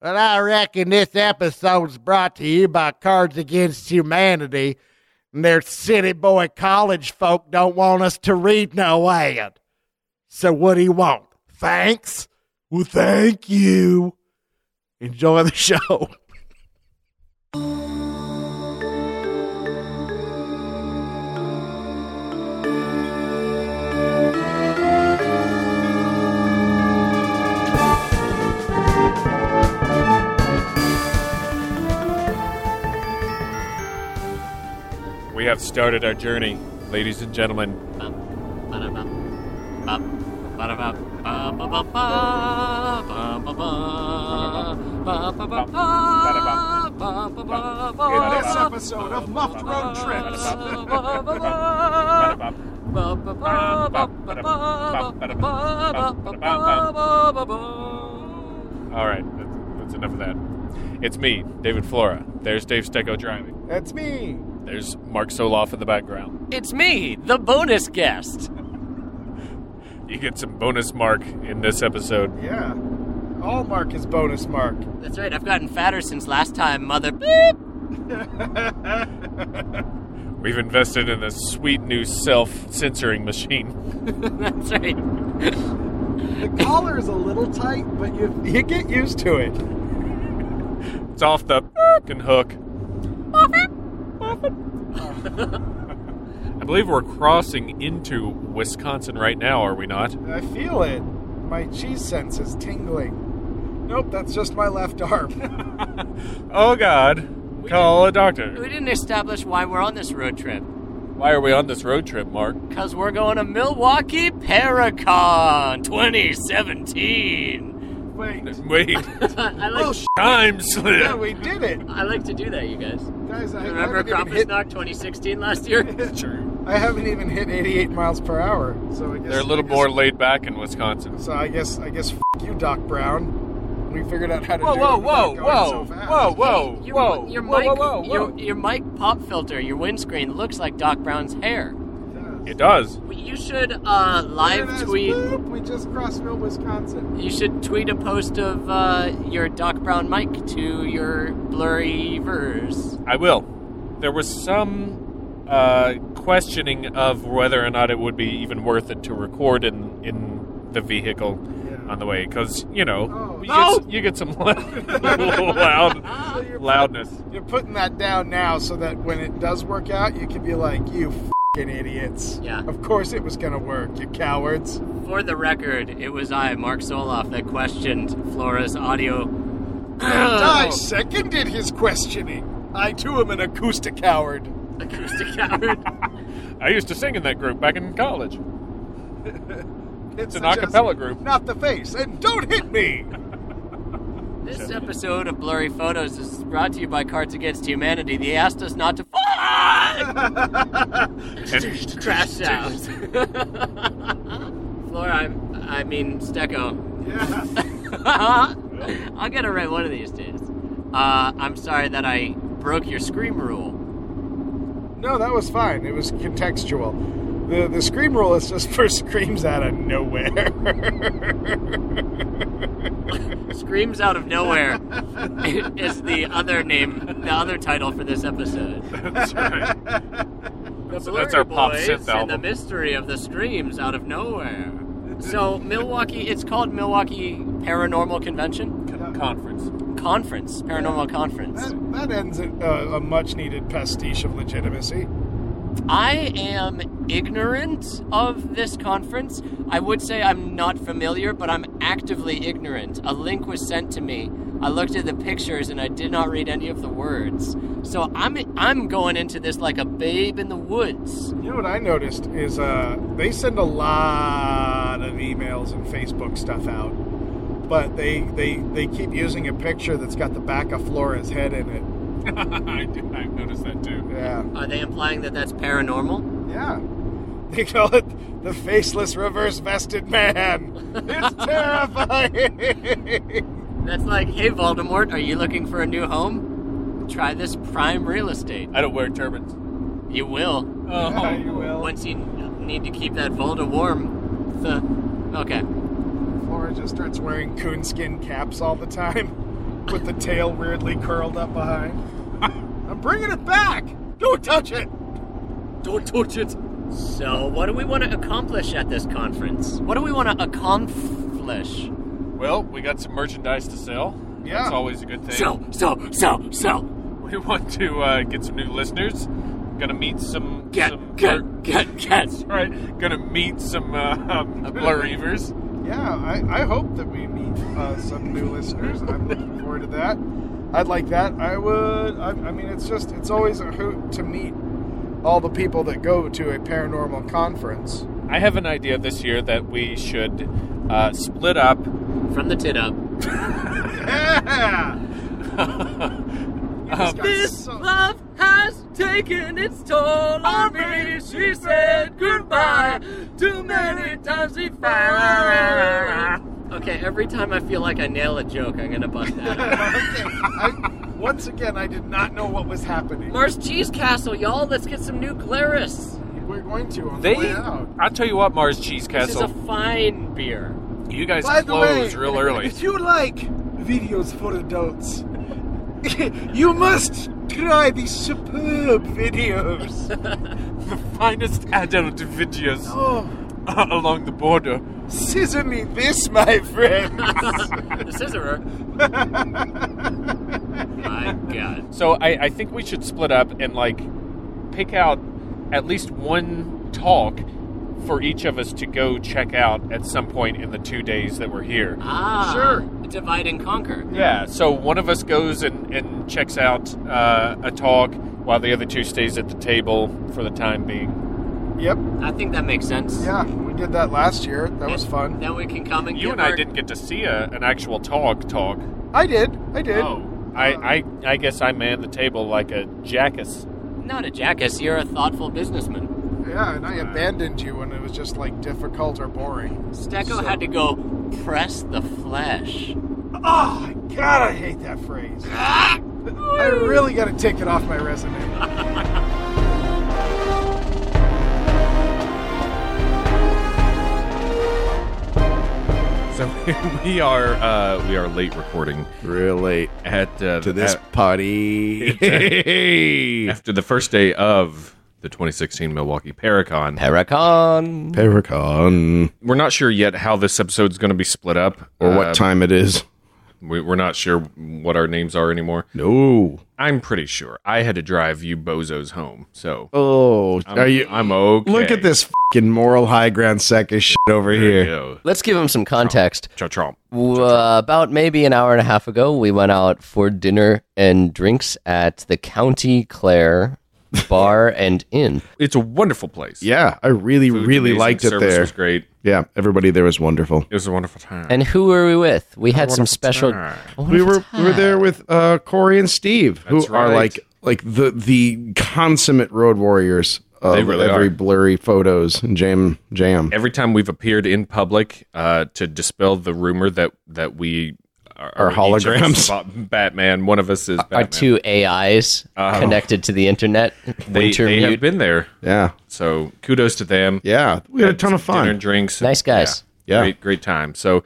Well, I reckon this episode's brought to you by Cards Against Humanity, and their city boy college folk don't want us to read no ad. So what do you want? Thanks? Well, thank you. Enjoy the show. We have started our journey, ladies and gentlemen. In this episode of Muffed Road Trips. All right, that's, that's enough of that. It's me, David Flora. There's Dave Stecco driving. That's me. There's Mark Soloff in the background. It's me, the bonus guest. You get some bonus mark in this episode. Yeah. All mark is bonus mark. That's right, I've gotten fatter since last time, mother. We've invested in a sweet new self censoring machine. That's right. The collar is a little tight, but you you get used to it. It's off the and hook. I believe we're crossing into Wisconsin right now, are we not? I feel it. My cheese sense is tingling. Nope, that's just my left arm. Oh, God. Call a We doctor. didn't establish why we're on this road trip. Why are we on this road trip, Mark? Because we're going to Milwaukee Paracon 2017. Wait. Wait. I like, Oh sh- Time slip. yeah, we did it, I like to do that, you guys. guys. I Remember haven't, even Krampus hit, Knock 2016 last year? True. I haven't even hit 88 miles per hour, so I guess They're a little I more guess, laid back in Wisconsin. So I guess I guess f- you, Doc Brown. We figured out how to Whoa, do whoa, it without whoa, going whoa, so fast. whoa, whoa, Your, whoa, your whoa, mic, whoa, whoa, whoa. Your, your mic pop filter, your windscreen looks like Doc Brown's hair. Yes. It does. We- You should uh, Look at live this. tweet. Boop, we just crossed Mill, Wisconsin. You should tweet a post of uh, your Doc Brown mic to your blurry verse. I will. There was some uh, questioning of whether or not it would be even worth it to record in in the vehicle Yeah. on the way, because you know Oh. you, No! get, s- you get some loud So you're, loudness. you're putting that down now so that when it does work out, you can be like, you fing idiots. Yeah. Of course it was going to work, you cowards. For the record, it was I, Mark Soloff, that questioned Flora's audio. I seconded his questioning. I too am an acoustic coward. Acoustic coward. I used to sing in that group back in college. It's an a a cappella group. Not the face, and don't hit me! This episode of Blurry Photos is brought to you by Cards Against Humanity. They asked us not to fuck And- crash sounds. Flora, I'm, I mean Stecco. Yeah. I'll get it right one of these days. Uh, I'm sorry that I broke your scream rule. No, that was fine. It was contextual. The, the scream rule is just for screams out of nowhere. Screams out of nowhere is the other name, the other title for this episode. That's right. The So Blurry that's our Pop Boys Synth And the album. mystery of the streams out of nowhere. So Milwaukee, it's called Milwaukee Paranormal Convention Conference. Conference, Paranormal Conference. that, that ends a, a much needed pastiche of legitimacy. I am ignorant of this conference. I would say I'm not familiar, but I'm actively ignorant. A link was sent to me. I looked at the pictures and I did not read any of the words. So I'm I'm going into this like a babe in the woods. You know what I noticed is uh, they send a lot of emails and Facebook stuff out, but they they they keep using a picture that's got the back of Flora's head in it. I do, I've noticed that too. Yeah, Are they implying that that's paranormal? yeah. They call it the faceless reverse vested man. It's terrifying. That's like, hey Voldemort, are you looking for a new home? Try this prime real estate. I don't wear turbans. You will Uh-huh. Oh, Yeah, you will. once you need to keep that Volda warm. The okay. Flora just starts wearing coonskin caps all the time. with the tail weirdly curled up behind. I'm bringing it back. Don't touch it. Don't touch it. So, what do we want to accomplish at this conference? What do we want to accomplish? Well, we got some merchandise to sell. Yeah. It's always a good thing. Sell, sell, sell, sell. We want to uh, get some new listeners. Gonna meet some. some Get, get, get, get. blur- right. Gonna meet some uh, um, blurreavers. Yeah, I, I hope that we meet uh, some new listeners. I'm looking forward to that. I'd like that. I would. I, I mean, it's just it's always a hoot to meet all the people that go to a paranormal conference. I have an idea this year that we should uh, split up. From the tit up. Yeah. um, This So- love has taken its toll on me. She said goodbye too many times before. Okay, every time I feel like I nail a joke, I'm gonna bust that. out. okay. I, once again, I did not know what was happening. Mars Cheese Castle, y'all. Let's get some new Glarus. We're going to on the way they. out. I'll tell you what, Mars Cheese This is a Castle. fine beer. you guys By the way, close real early. if you like videos for adults, you must try these superb videos. the finest adult videos Oh. uh, along the border. Scissor me this, my friends. the scissorer. My God. So I, I think we should split up and like pick out at least one talk for each of us to go check out at some point in the two days that we're here. Ah. Sure. Divide and conquer. Yeah, so one of us goes and, and checks out uh, a talk while the other two stays at the table for the time being. yep. I think that makes sense. Yeah, we did that last year. That was fun. Then we can come and You give and I our- didn't get to see a, an actual talk talk. I did. I did. Oh, I, I, I guess I manned the table like a jackass. Not a jackass. You're a thoughtful businessman. Yeah, and I abandoned you when it was just like difficult or boring. Stecco had to go press the flesh. Oh, God, I hate that phrase. I really got to take it off my resume. So we are uh, we are late recording Relate at uh, to this at- party. after the first day of the 2016 Milwaukee Paracon. Paracon. Paracon. We're not sure yet how this episode's going to be split up Or what Uh, time it is. We, we're not sure what our names are anymore. No. I'm pretty sure I had to drive you bozos home, so Oh, I'm, are you? I'm okay. Look at this fucking moral high ground sack of shit over There you here. go. Let's give him some context. Cha-chomp. W- Uh, about maybe an hour and a half ago, we went out for dinner and drinks at the County Clare Bar and Inn. It's a wonderful place. Yeah, I really, Food's really amazing, liked it service there. Was great. Yeah, everybody there was wonderful. It was a wonderful time. And who were we with? We had some wonderful special. Oh, time. A we wonderful were we were there with uh, Corey and Steve, who That's are right. like like the the consummate road warriors of They really every are. blurry photos and jam jam. every time we've appeared in public uh, to dispel the rumor that that we are, Are each of us holograms. Ba- Batman. One of us is Batman. Our two AIs connected to the internet. Oh. They, Winter they have mute. been there, Yeah, so kudos to them. yeah, we had a ton of Dinner and fun. drinks. Nice guys. Yeah. Great, great time. So,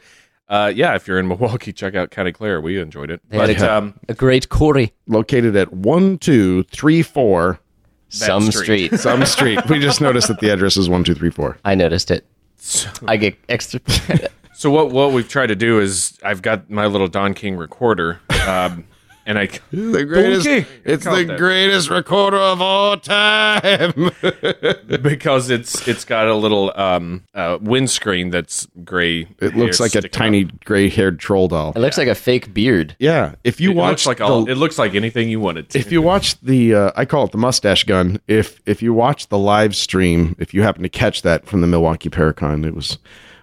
uh, yeah, if you're in Milwaukee, check out County Clare. We enjoyed it. had But a- um, A great Corey. Located at one two three four Some street. streets. some street. we just noticed that the address is one two three four. I noticed it. I get extra. so what what we've tried to do is I've got my little Don King recorder, um, and I The greatest. Okay. It's Caught the that. greatest recorder of all time. because it's it's got a little um, uh, windscreen that's gray. it looks hair like a sticking out. tiny gray-haired troll doll. it looks like a fake beard. Yeah, if you it watch looks like the- all, it looks like anything you wanted to. if you watch the uh, I call it the mustache gun. If if you watch the live stream, if you happen to catch that from the Milwaukee Paracon, it was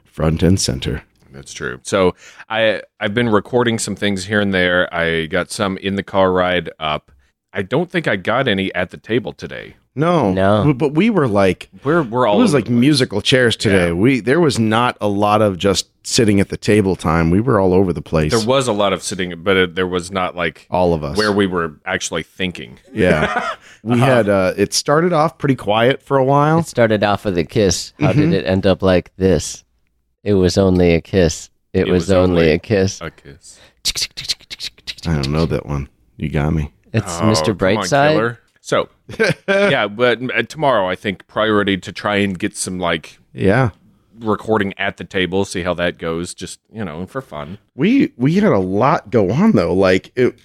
front and center. That's true. So I I've been recording some things here and there. I got some in the car ride up. I don't think I got any at the table today. No, No. w- but we were like We're we're it all was over like the place. musical chairs today. We there was not a lot of just sitting at the table time. We were all over the place. there was a lot of sitting, but it, there was not like all of us. where we were actually thinking. yeah, we had. Uh, it started off pretty quiet for a while. It started off with a kiss. How did it end up like this? It was only a kiss. It, was, only a kiss. A kiss. I don't know that one. You got me. It's Oh, Mr. come on, Brightside. killer. So, yeah, but uh, tomorrow I think priority to try and get some like Yeah. recording at the table, see how that goes, just you know, for fun. we we had a lot go on though like it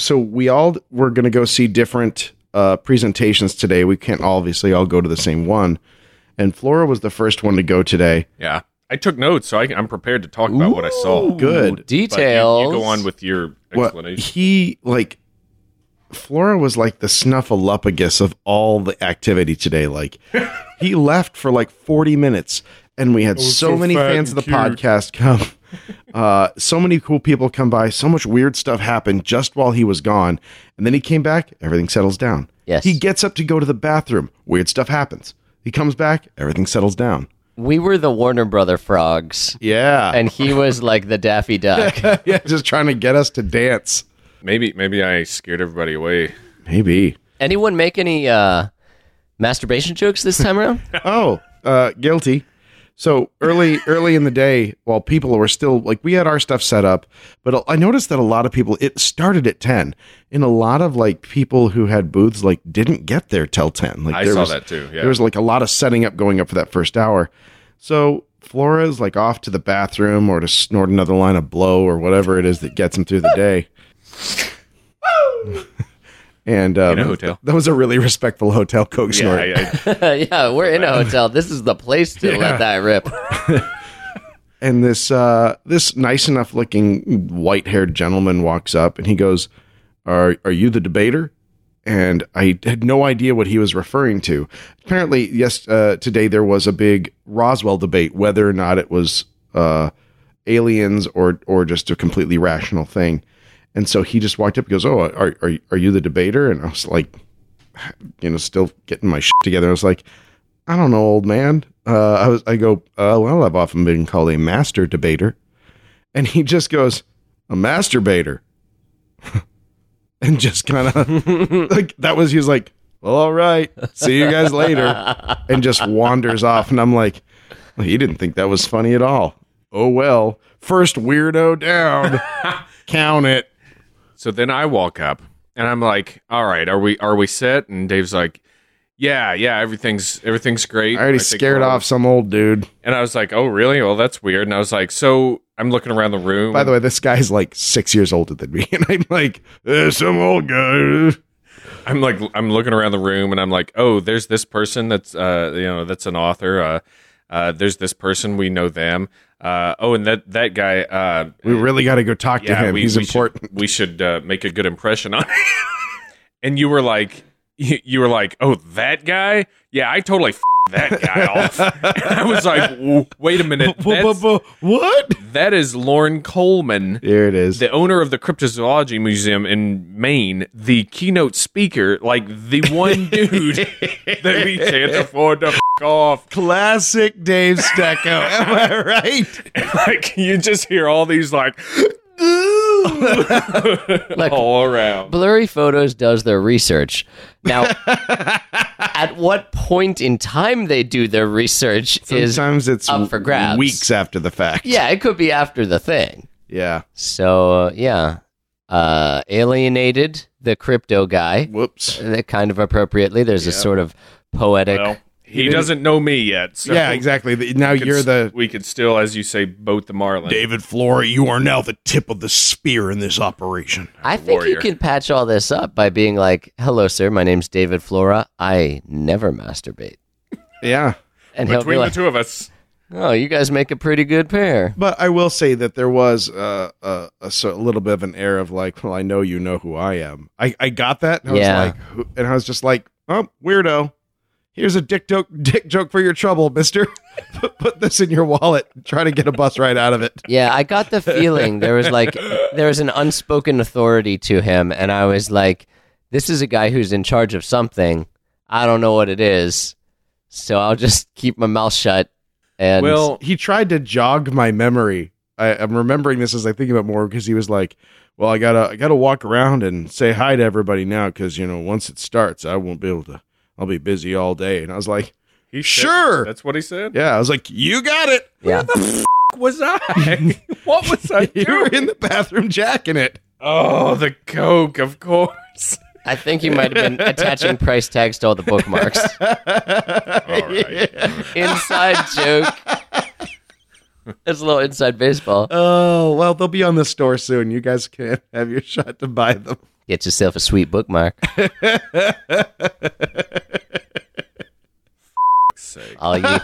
so we all were going to go see different uh presentations today we can't obviously all go to the same one and flora was the first one to go today Yeah, I took notes, so I, I'm prepared to talk about what I saw. good But you- Details. You, go on with your what explanation. he like flora was like the snuffleupagus of all the activity today like he left for like 40 minutes and we had so, many fans of the podcast come uh so many cool people come by so much weird stuff happened just while he was gone and then he came back everything settles down Yes. he gets up to go to the bathroom weird stuff happens he comes back everything settles down we were the Warner Brother frogs, yeah and he was like the Daffy Duck. yeah just trying to get us to dance Maybe maybe I scared everybody away. maybe Anyone make any uh, masturbation jokes this time around? oh, uh, guilty. So early, early in the day, while people were still like, we had our stuff set up, but I noticed that a lot of people. It started at ten, and a lot of like people who had booths like didn't get there till ten. Like I there saw was- that too. Yeah, there was like a lot of setting up going up for that first hour. So Flora's like off to the bathroom or to snort another line of blow or whatever it is that gets him through the day. and um, In a hotel. that was a really respectful hotel coke yeah, snort. I- I- yeah, we're in a hotel. This is the place to let that rip. and this uh, this nice enough looking white haired gentleman walks up and he goes, "Are are you the debater?" And I had no idea what he was referring to. Apparently, yes, uh, today there was a big Roswell debate whether or not it was uh, aliens or or just a completely rational thing. And so he just walked up and goes, "Oh, are are are you the debater?" And I was like, you know, still getting my shit together. I was like, I don't know, old man. Uh, I was, I go, uh, well, I've often been called a master debater, and he just goes, a masturbator, and just kind of like that was. He was like, well, all right, see you guys later, and just wanders off. And I'm like, well, he didn't think that was funny at all. Oh well, first weirdo down, count it. So then I walk up and I'm like, "All right, are we are we set?" And Dave's like, "Yeah, yeah, everything's everything's great." I already think scared we're- off some old dude. And I was like, "Oh, really? Well, that's weird." And I was like, "So I'm looking around the room." By the way, this guy's like six years older than me, and I'm like, eh, some old guy. I'm like, I'm looking around the room, and I'm like, "Oh, there's this person that's uh, you know, that's an author. Uh, uh, there's this person we know them. Uh, oh, and that that guy. Uh, We really got to go talk yeah, to him. we, He's we important. Should, we should uh, make a good impression on him. and you were like, you, you were like, oh, that guy? Yeah, I totally f- that guy off. And I was like, w- wait a minute, that's, what? that is Lauren Coleman. There it is. The owner of the Cryptozoology Museum in Maine, the keynote speaker, like the one dude that we can't afford to f- off. Classic Dave Stecco. Am I right? Like you just hear all these like Like, all around. Blurry Photos does their research. Now, at what point in time they do their research is Sometimes it's up for grabs. weeks after the fact. yeah, it could be after the thing. Yeah. So uh, yeah, uh, alienated the crypto guy. Whoops. uh, Kind of appropriately, there's a sort of poetic. Well, he doesn't know me yet. So yeah, exactly. The- Now we could you're s- the We could still, as you say, boat the Marlin. David Flora, you are now the tip of the spear in this operation. I think warrior. you can patch all this up by being like, "Hello, sir. My name's David Flora. I never masturbate." yeah. And he'll be Between like, the two of us, "Oh, you guys make a pretty good pair." But I will say that there was uh, a, a, so- a little bit of an air of like, well, I know you know who I am. I, I got that. And I Yeah. was like, who- and I was just like, oh, weirdo. Here's a dick joke, dick joke for your trouble, mister. Put- Put this in your wallet. Try to get a bus ride out of it. Yeah, I got the feeling there was like there was an unspoken authority to him, and I was like, "This is a guy who's in charge of something. I don't know what it is, so I'll just keep my mouth shut." And well, he tried to jog my memory. I, I'm remembering this as I think about more because he was like, "Well, I gotta, I gotta walk around and say hi to everybody now because you know once it starts, I won't be able to. I'll be busy all day." And I was like, he said- "Sure, that's what he said. yeah." I was like, "You got it. yeah, Was I? what was I You were doing? in the bathroom jacking it." Oh, the Coke, of course. I think you might have been attaching price tags to all the bookmarks. All right. inside joke. It's a little inside baseball. Oh, well, they'll be on the store soon. You guys can have your shot to buy them. Get yourself a sweet bookmark. all you,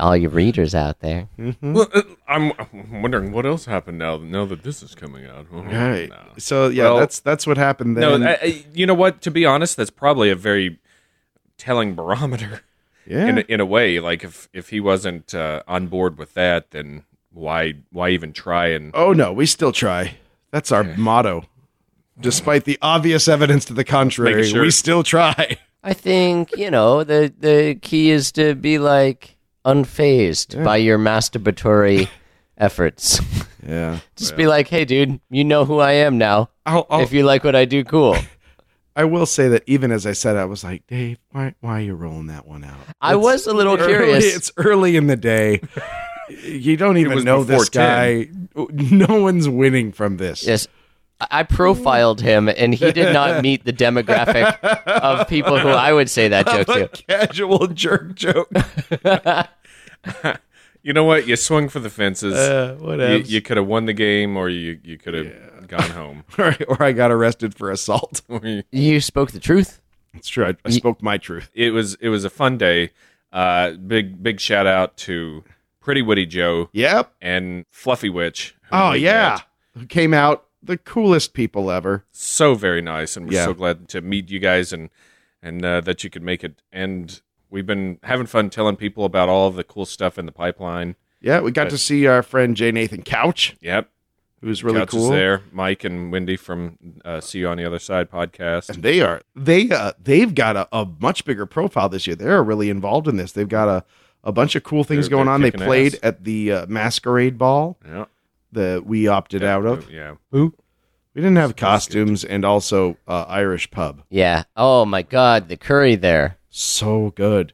all you readers out there. Well, uh, I'm, I'm wondering what else happened now. Now that this is coming out, Oh, Right. no. So yeah, Well- that's that's what happened No, then. I, I- you know what? To be honest, that's probably a very telling barometer yeah. in a, in a way. Like if if he wasn't uh, on board with that, then why why even try and oh no, we still try. That's our motto. Despite the obvious evidence to the contrary, Making sure. we still try. I think you know the the key is to be like unfazed by your masturbatory efforts. Yeah. Just be like, hey, dude, you know who I am now. I'll, I'll, If you like what I do, cool. I will say that even as I said, it, I was like, Dave, why why are you rolling that one out? I was a little Early- curious. It's early in the day. You don't even was know this before guy. 10. No one's winning from this. Yes. I- I profiled him, and he did not meet the demographic of people who I would say that joke to. Casual jerk joke. you know what? You swung for the fences. Uh, you whatever. you could have won the game, or you you could have gone home. or, or I got arrested for assault. You spoke the truth. It's true. I, I spoke my truth. it was it was a fun day. Uh, big big shout out to Pretty Woody Joe Yep. and Fluffy Witch. who Oh made yeah, that. Who came out the coolest people ever. so very nice, and we're Yeah. so glad to meet you guys and and uh, that you could make it. And we've been having fun telling people about all the cool stuff in the pipeline. Yeah, we got to see our friend Jay Nathan Couch, Yep, who was really Couch is cool. there. Mike and Wendy from uh, See You on the Other Side podcast. And they are they uh, they've got a, a much bigger profile this year. They're really involved in this. They've got a a bunch of cool things They're- going they're on. They kicking played ass. at the uh, masquerade ball Yeah, that we opted out of. yeah. We didn't have costumes, and also uh, Irish pub. Yeah. Oh my God, the curry there. So good.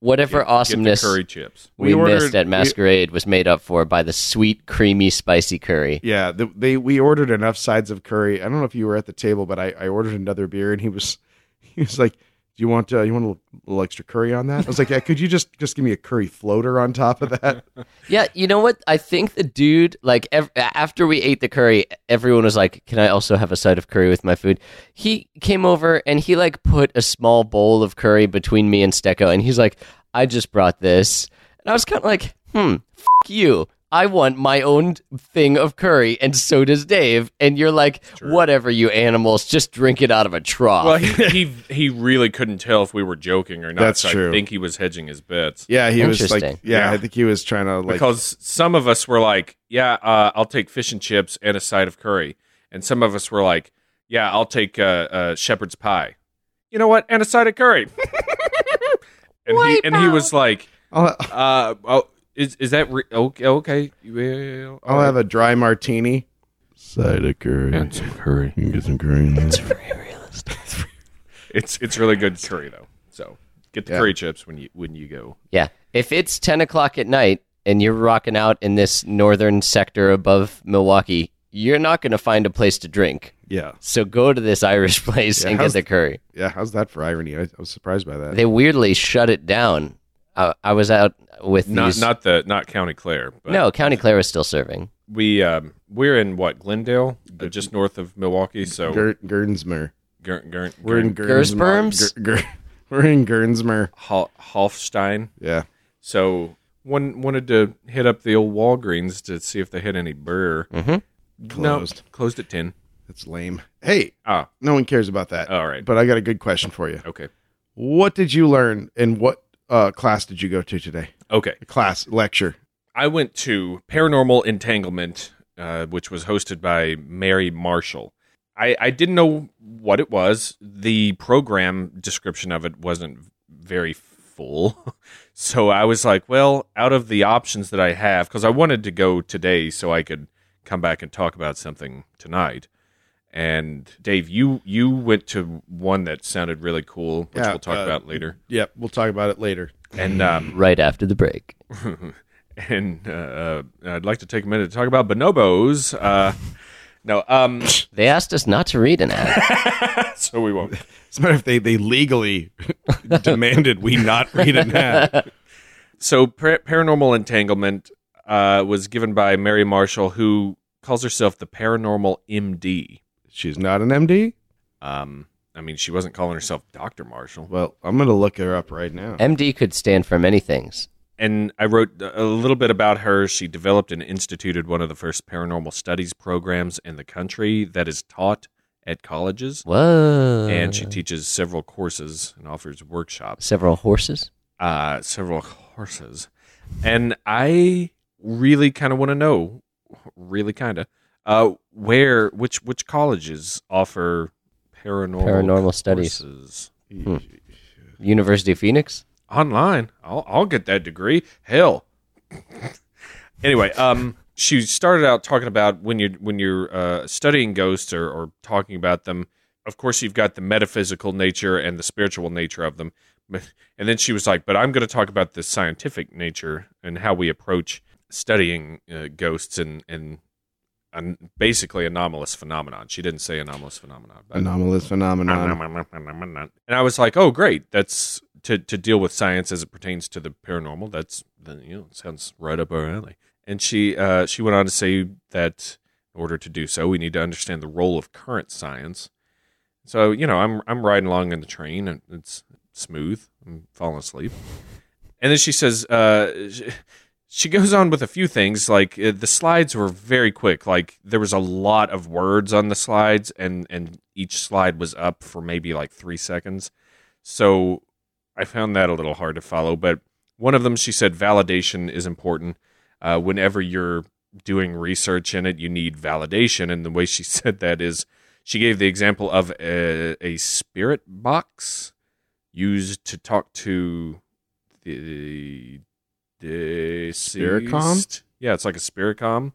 Whatever awesomeness Get the curry chips. we, We missed ordered- at we- Masquerade was made up for by the sweet, creamy, spicy curry. Yeah, the, they we ordered enough sides of curry. I don't know if you were at the table, but I, I ordered another beer, and he was he was like, "Do you want uh, you want a little, little extra curry on that?" I was like, "Yeah, could you just just give me a curry floater on top of that?" Yeah, you know what? I think the dude, like, ev- after we ate the curry, everyone was like, "Can I also have a side of curry with my food?" He came over and he like put a small bowl of curry between me and Stecco, and he's like, "I just brought this," and I was kind of like, "Hmm, f- you." I want my own thing of curry, and so does Dave. And you're like, whatever, you animals, just drink it out of a trough. Well, he, he he really couldn't tell if we were joking or not. That's so true. I think he was hedging his bets. Yeah, he was like, Interesting. yeah, Yeah. I think he was trying to like, because some of us were like, "Yeah, uh, I'll take fish and chips and a side of curry," and some of us were like, "Yeah, I'll take uh, uh, shepherd's pie." You know what? And a side of curry. and he and he was like, "I'll, uh, "Oh, is is that re- oh, okay? Okay, well, I'll have a dry martini, side of curry, and some curry. you can get some curry." In there. It's it's really good curry though. So get the Yeah. curry chips when you when you go. Yeah. If it's 10 o'clock at night and you're rocking out in this northern sector above Milwaukee, you're not going to find a place to drink. yeah, So go to this Irish place Yeah, and get how's the curry. yeah. How's that for irony? I, I was surprised by that. They weirdly shut it down. I, I was out with Not these. not the not County Clare. But no, County Clare is still serving. we um, we're in what Glendale, uh, just north of Milwaukee. So Ger- Gernsmer. Ger- Ger- We're in Gernsmer. Gersberms? Ger- Ger- we're in Gernsmer. Hol- Hofstein. Yeah. So one wanted to hit up the old Walgreens to see if they had any burr. Mm-hmm. Closed. No, closed at ten. That's lame. Hey, Ah, no one cares about that. All right. But I got a good question for you. okay, What did you learn and what uh, class did you go to today? okay. Class, lecture. I went to Paranormal Entanglement, uh, which was hosted by Mary Marshall. I, I didn't know what it was. The program description of it wasn't very full. So I was like, well, out of the options that I have, because I wanted to go today so I could come back and talk about something tonight. And Dave, you you went to one that sounded really cool, which Yeah, we'll talk uh, about later. Yep, we'll talk about it later. And um, Right after the break. and uh, uh, I'd like to take a minute to talk about bonobos. Uh, No, um, They asked us not to read an ad. so we won't. It's better if they, they legally demanded we not read an ad. So par- paranormal entanglement uh, was given by Mary Marshall, who calls herself the paranormal MD. She's not an MD? Um, I mean, she wasn't calling herself Doctor Marshall. Well, I'm going to look her up right now. MD could stand for many things. and I wrote a little bit about her. She developed and instituted one of the first paranormal studies programs in the country that is taught at colleges. Whoa. And she teaches several courses and offers workshops, several horses. uh, several courses. And I really kind of want to know, really kind of, uh, where which which colleges offer paranormal Paranormal studies. courses? University of Phoenix. online. I'll I'll get that degree. Hell. anyway, um, she started out talking about when you when you're uh, studying ghosts or, or talking about them. Of course, you've got the metaphysical nature and the spiritual nature of them. But- And then she was like, "But I'm going to talk about the scientific nature and how we approach studying uh, ghosts and and." an basically, anomalous phenomenon. She didn't say anomalous phenomenon. but- Anomalous phenomenon. and I was like, "Oh, great! That's to to deal with science as it pertains to the paranormal. That's you know sounds right up our alley." And she uh, she went on to say that in order to do so, we need to understand the role of current science. So you know, I'm I'm riding along in the train, and it's smooth. I'm falling asleep, and then she says. Uh, she, she goes on with a few things like uh, the slides were very quick like there was a lot of words on the slides and and each slide was up for maybe like 3 seconds so i found that a little hard to follow but one of them she said validation is important uh, whenever you're doing research in it you need validation and the way she said that is she gave the example of a, a spirit box used to talk to the Spirit comm? deceased. Yeah, it's like a spirit com.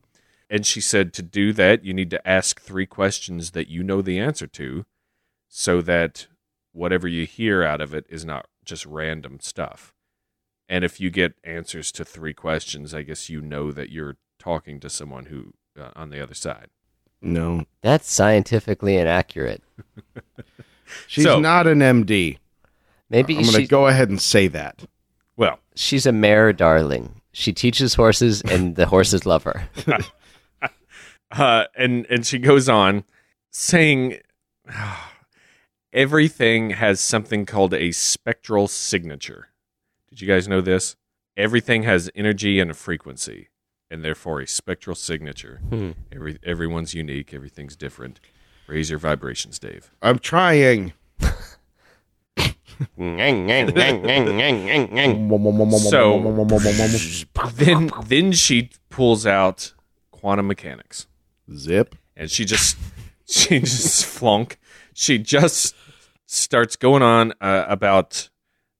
And she said to do that, you need to ask three questions that you know the answer to, so that whatever you hear out of it is not just random stuff. And if you get answers to three questions, I guess you know that you're talking to someone who uh, on the other side. No. That's scientifically inaccurate. She's So- not an MD. Maybe I'm going to she, go ahead and say that. Well, she's a mare, darling. She teaches horses, and the horses love her. uh, and and she goes on saying everything has something called a spectral signature. Did you guys know this? Everything has energy and a frequency, and therefore a spectral signature. Hmm. Every everyone's unique. Everything's different. Raise your vibrations, Dave. I'm trying. So- Then then she pulls out quantum mechanics. zip. and she just she just flunk she just starts going on uh, about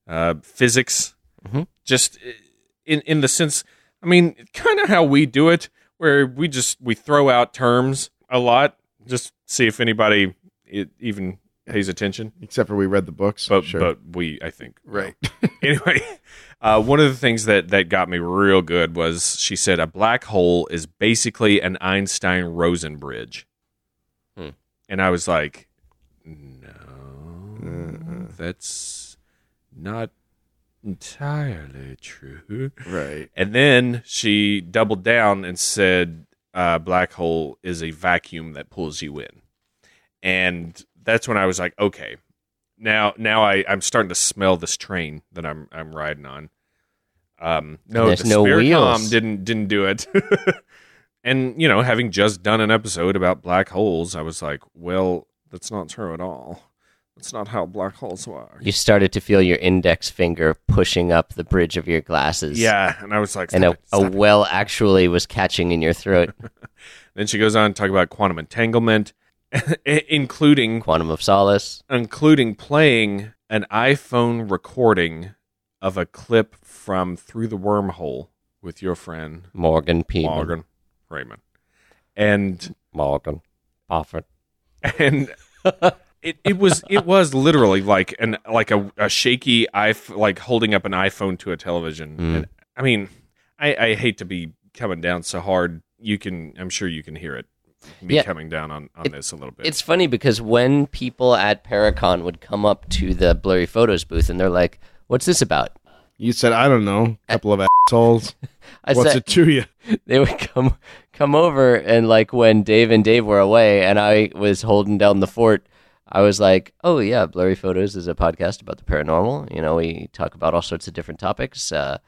uh, physics just uh, in in the sense i mean kind of how we do it where we just we throw out terms a lot just see if anybody it even pays attention Except for we read the books. but sure. but we i think right. anyway, uh, one of the things that that got me real good was she said a black hole is basically an Einstein Rosen bridge, Hmm. and I was like, no, that's not entirely true. right. And then she doubled down and said, uh, "Black hole is a vacuum that pulls you in," and that's when I was like, "Okay, now now I I'm starting to smell this train that I'm I'm riding on." Um, no, There's the no Spirit wheels. Comm didn't didn't do it. and you know, having just done an episode about black holes, I was like, "Well, that's not true at all. That's not how black holes work." You started to feel your index finger pushing up the bridge of your glasses. Yeah, and I was like, And "Stop a, it, a stop it." well actually was catching in your throat. Then she goes on to talk about quantum entanglement, i- including Quantum of solace. including playing an iPhone recording of a clip from Through the Wormhole with your friend Morgan P. Morgan Raymond, and Morgan. Offered. and it, it was it was literally like an like a, a shaky i like holding up an iPhone to a television. Mm. And, I mean, I, I hate to be coming down so hard. You can I'm sure you can hear it me Yeah. coming down on, on It- this a little bit. It's funny because when people at Paracon would come up to the blurry photos booth and they're like, "What's this about?" You said, I don't know, a couple of assholes. I What's it to you? they would come come over and like when Dave and Dave were away and I was holding down the fort, I was like, "Oh yeah, Blurry Photos is a podcast about the paranormal. You know, we talk about all sorts of different topics, uh,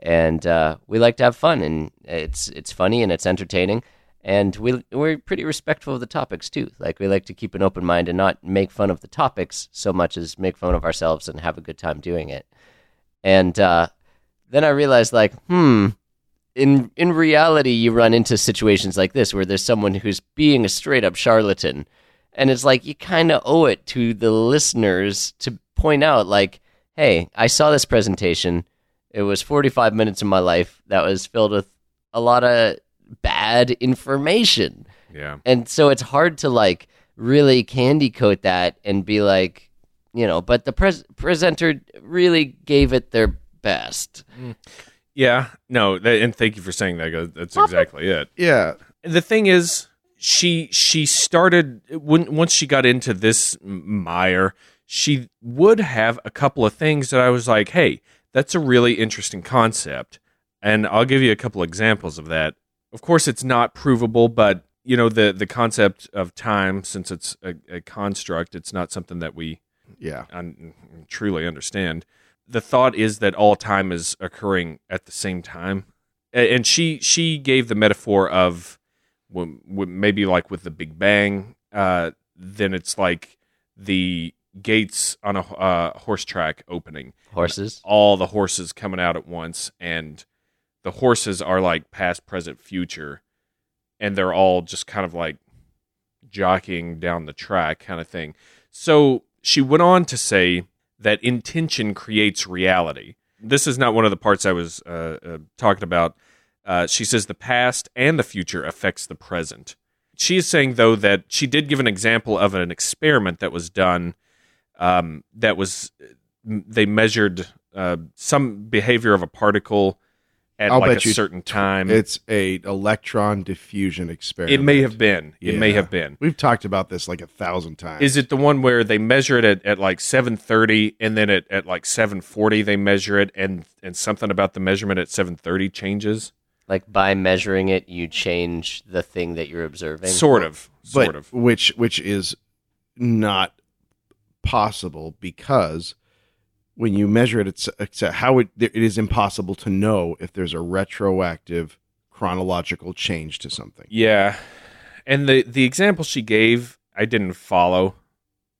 and uh, we like to have fun, and it's it's funny and it's entertaining." And we we're pretty respectful of the topics too. Like we like to keep an open mind and not make fun of the topics so much as make fun of ourselves and have a good time doing it. And uh, then I realized, like, hmm, in in reality you run into situations like this where there's someone who's being a straight up charlatan and it's like you kind of owe it to the listeners to point out like hey i saw this presentation it was 45 minutes of my life that was filled with a lot of bad information yeah. and so it's hard to like really candy coat that and be like you know but the pres- presenter really gave it their best Yeah. No, that, and thank you for saying that. 'cause That's exactly it. Yeah. the thing is she she started when once she got into this m- mire she would have a couple of things that i was like hey that's a really interesting concept and i'll give you a couple examples of that of course it's not provable but you know the the concept of time since it's a, a construct it's not something that we Yeah. un- truly understand. The thought is that all time is occurring at the same time, A- and she she gave the metaphor of w- w- maybe like with the Big Bang, uh, then it's like the gates on a h- uh, horse track opening, horses all the horses coming out at once, and the horses are like past, present, future, and they're all just kind of like jockeying down the track kind of thing. So she went on to say that intention creates reality. This is not one of the parts I was uh, uh, talking about. Uh, she says the past and the future affects the present. She is saying though that she did give an example of an experiment that was done. Um, that was they measured uh, some behavior of a particle at I'll like bet a you certain time. It's a electron diffusion experiment. it may have been. It may Yeah. have been. We've talked about this like a thousand times. Is it the one where they measure it at, at like seven thirty, and then at, at like seven forty they measure it, and and something about the measurement at seven thirty changes? Like by measuring it, you change the thing that you're observing. Sort of, but, sort of. which which is not possible because when you measure it, it's, it's a- how it it is impossible to know if there's a retroactive chronological change to something. Yeah, and the the example she gave, I didn't follow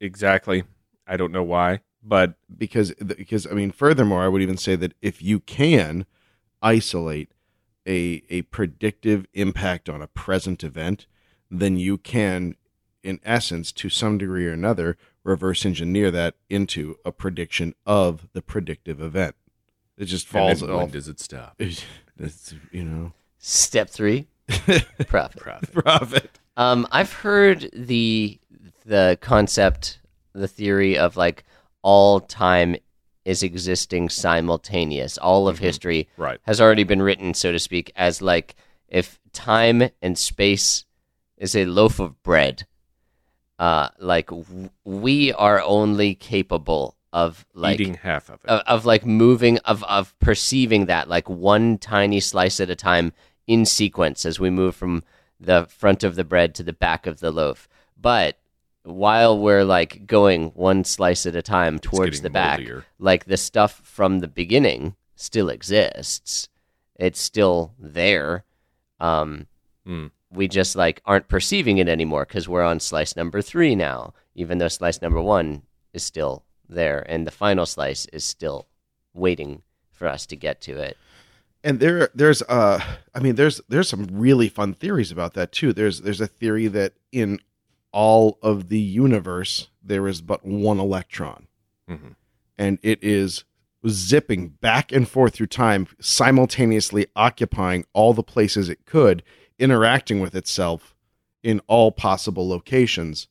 exactly. I don't know why, but because because I mean, furthermore, I would even say that if you can isolate a a predictive impact on a present event, then you can, in essence, to some degree or another, reverse engineer that into a prediction of the predictive event. It just falls And it then when all. does it stop? It's, you know, Step three, profit. profit. Um, I've heard the the concept, the theory of like all time is existing simultaneous. All of history Mm-hmm. Right. has already been written, so to speak, as like if time and space is a loaf of bread. Uh, like w- we are only capable of like oh. Eating half of it. of, of like moving of of perceiving that like one tiny slice at a time in sequence as we move from the front of the bread to the back of the loaf but while we're like going one slice at a time towards the getting back moldier. like the stuff from the beginning still exists it's still there um Hmm. we just like aren't perceiving it anymore because we're on slice number three now even though slice number one is still there and the final slice is still waiting for us to get to it and there there's uh i mean there's there's some really fun theories about that too there's there's a theory that in all of the universe there is but one electron Mhm. and it is zipping back and forth through time simultaneously occupying all the places it could interacting with itself in all possible locations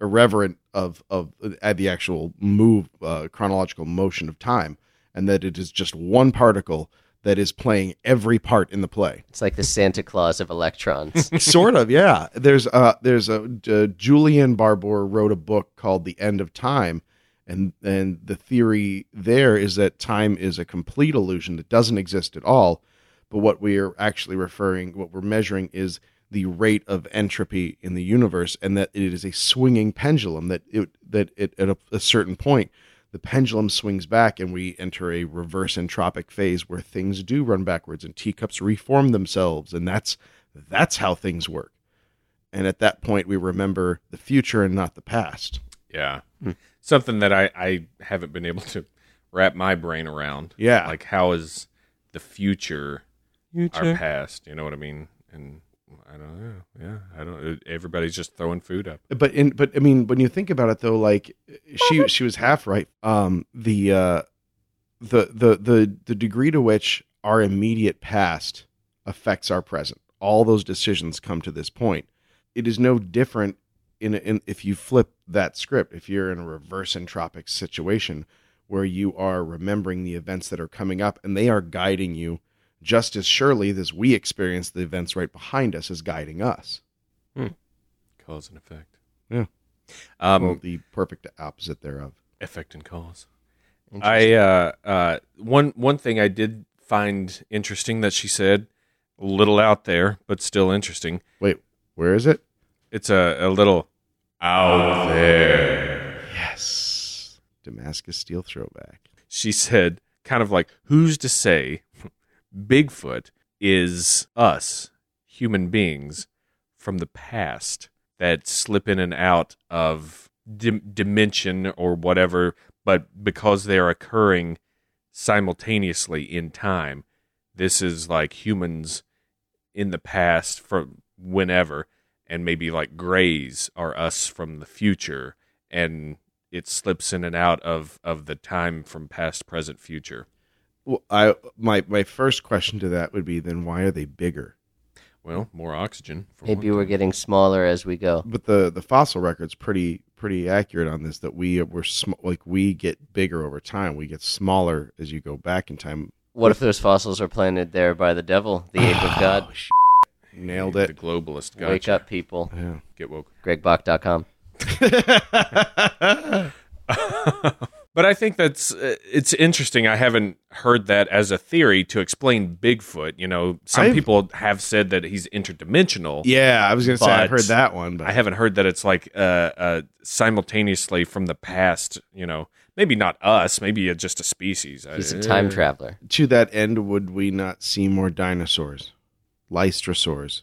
irreverent of of uh, the actual move uh, chronological motion of time and that it is just one particle that is playing every part in the play. It's like the Santa Claus of electrons. sort of yeah there's uh there's a uh, julian barbour wrote a book called the end of time and and the theory there is that time is a complete illusion that doesn't exist at all but what we are actually referring what we're measuring is the rate of entropy in the universe and that it is a swinging pendulum that it that it at a, a certain point the pendulum swings back and we enter a reverse entropic phase where things do run backwards and teacups reform themselves and that's that's how things work. And at that point, we remember the future and not the past. Yeah. Something that I, I haven't been able to wrap my brain around. Yeah. Like, how is the future, our past? You know what I mean? And I don't know. Yeah. I don't. Everybody's just throwing food up. But in but I mean, when you think about it, though, like she she was half right. Um, the uh, the the the the degree to which our immediate past affects our present, all those decisions come to this point. It is no different in, in if you flip that script. If you're in a reverse entropic situation where you are remembering the events that are coming up and they are guiding you just as surely as we experience the events right behind us is guiding us. Cause and effect. Yeah. Um, well, the perfect opposite thereof. effect and cause. I uh, uh, one one thing I did find interesting that she said, a little out there, but still interesting. Wait, where is it? It's a, a little out there. Yes. Damascus Steel throwback. She said, kind of like, who's to say Bigfoot is us human beings from the past that slip in and out of dim- dimension or whatever, but because they're occurring simultaneously in time, this is like humans in the past from whenever, and maybe like grays are us from the future, and it slips in and out of of the time from past, present, future. Well, I my my first question to that would be then why are they bigger? Well, more oxygen. For Maybe one we're thing. getting smaller as we go. But the the fossil record's pretty pretty accurate on this that we were sm- like we get bigger over time. We get smaller as you go back in time. What if those fossils are planted there by the devil, the ape of God? Nailed the it. globalist. Gotcha. Wake up, people. Yeah. Get woke. GregBach.com. But I think that's uh, it's interesting. I haven't heard that as a theory to explain Bigfoot. You know, some I've- people have said that he's interdimensional. Yeah, I was gonna say I've But heard that one, but I haven't heard that it's like uh, uh, simultaneously from the past. You know, maybe not us. Maybe uh, just a species. He's I- a time traveler. to that end, would we not see more dinosaurs, lystrosaurs?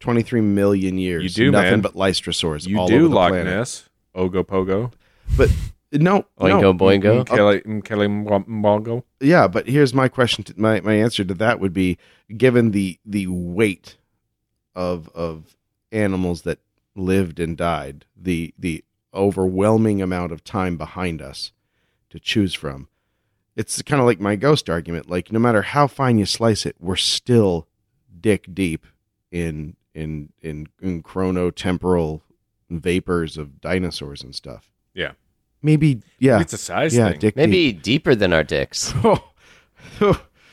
Twenty-three million years. You do, nothing man. but lystrosaurs. You all do over the Loch planet. Ness, Ogopogo, but no, oh, Oingo no, boingo. Mkele, Mkele Mwa- Mwongo. yeah. But here's my question. To, my my answer to that would be: given the the weight of of animals that lived and died, the the overwhelming amount of time behind us to choose from, it's kind of like my ghost argument. Like no matter how fine you slice it, we're still dick deep in in in, in chronotemporal vapors of dinosaurs and stuff. Yeah. Maybe yeah. It's a size yeah, thing. dick deep. Maybe deeper than our dicks.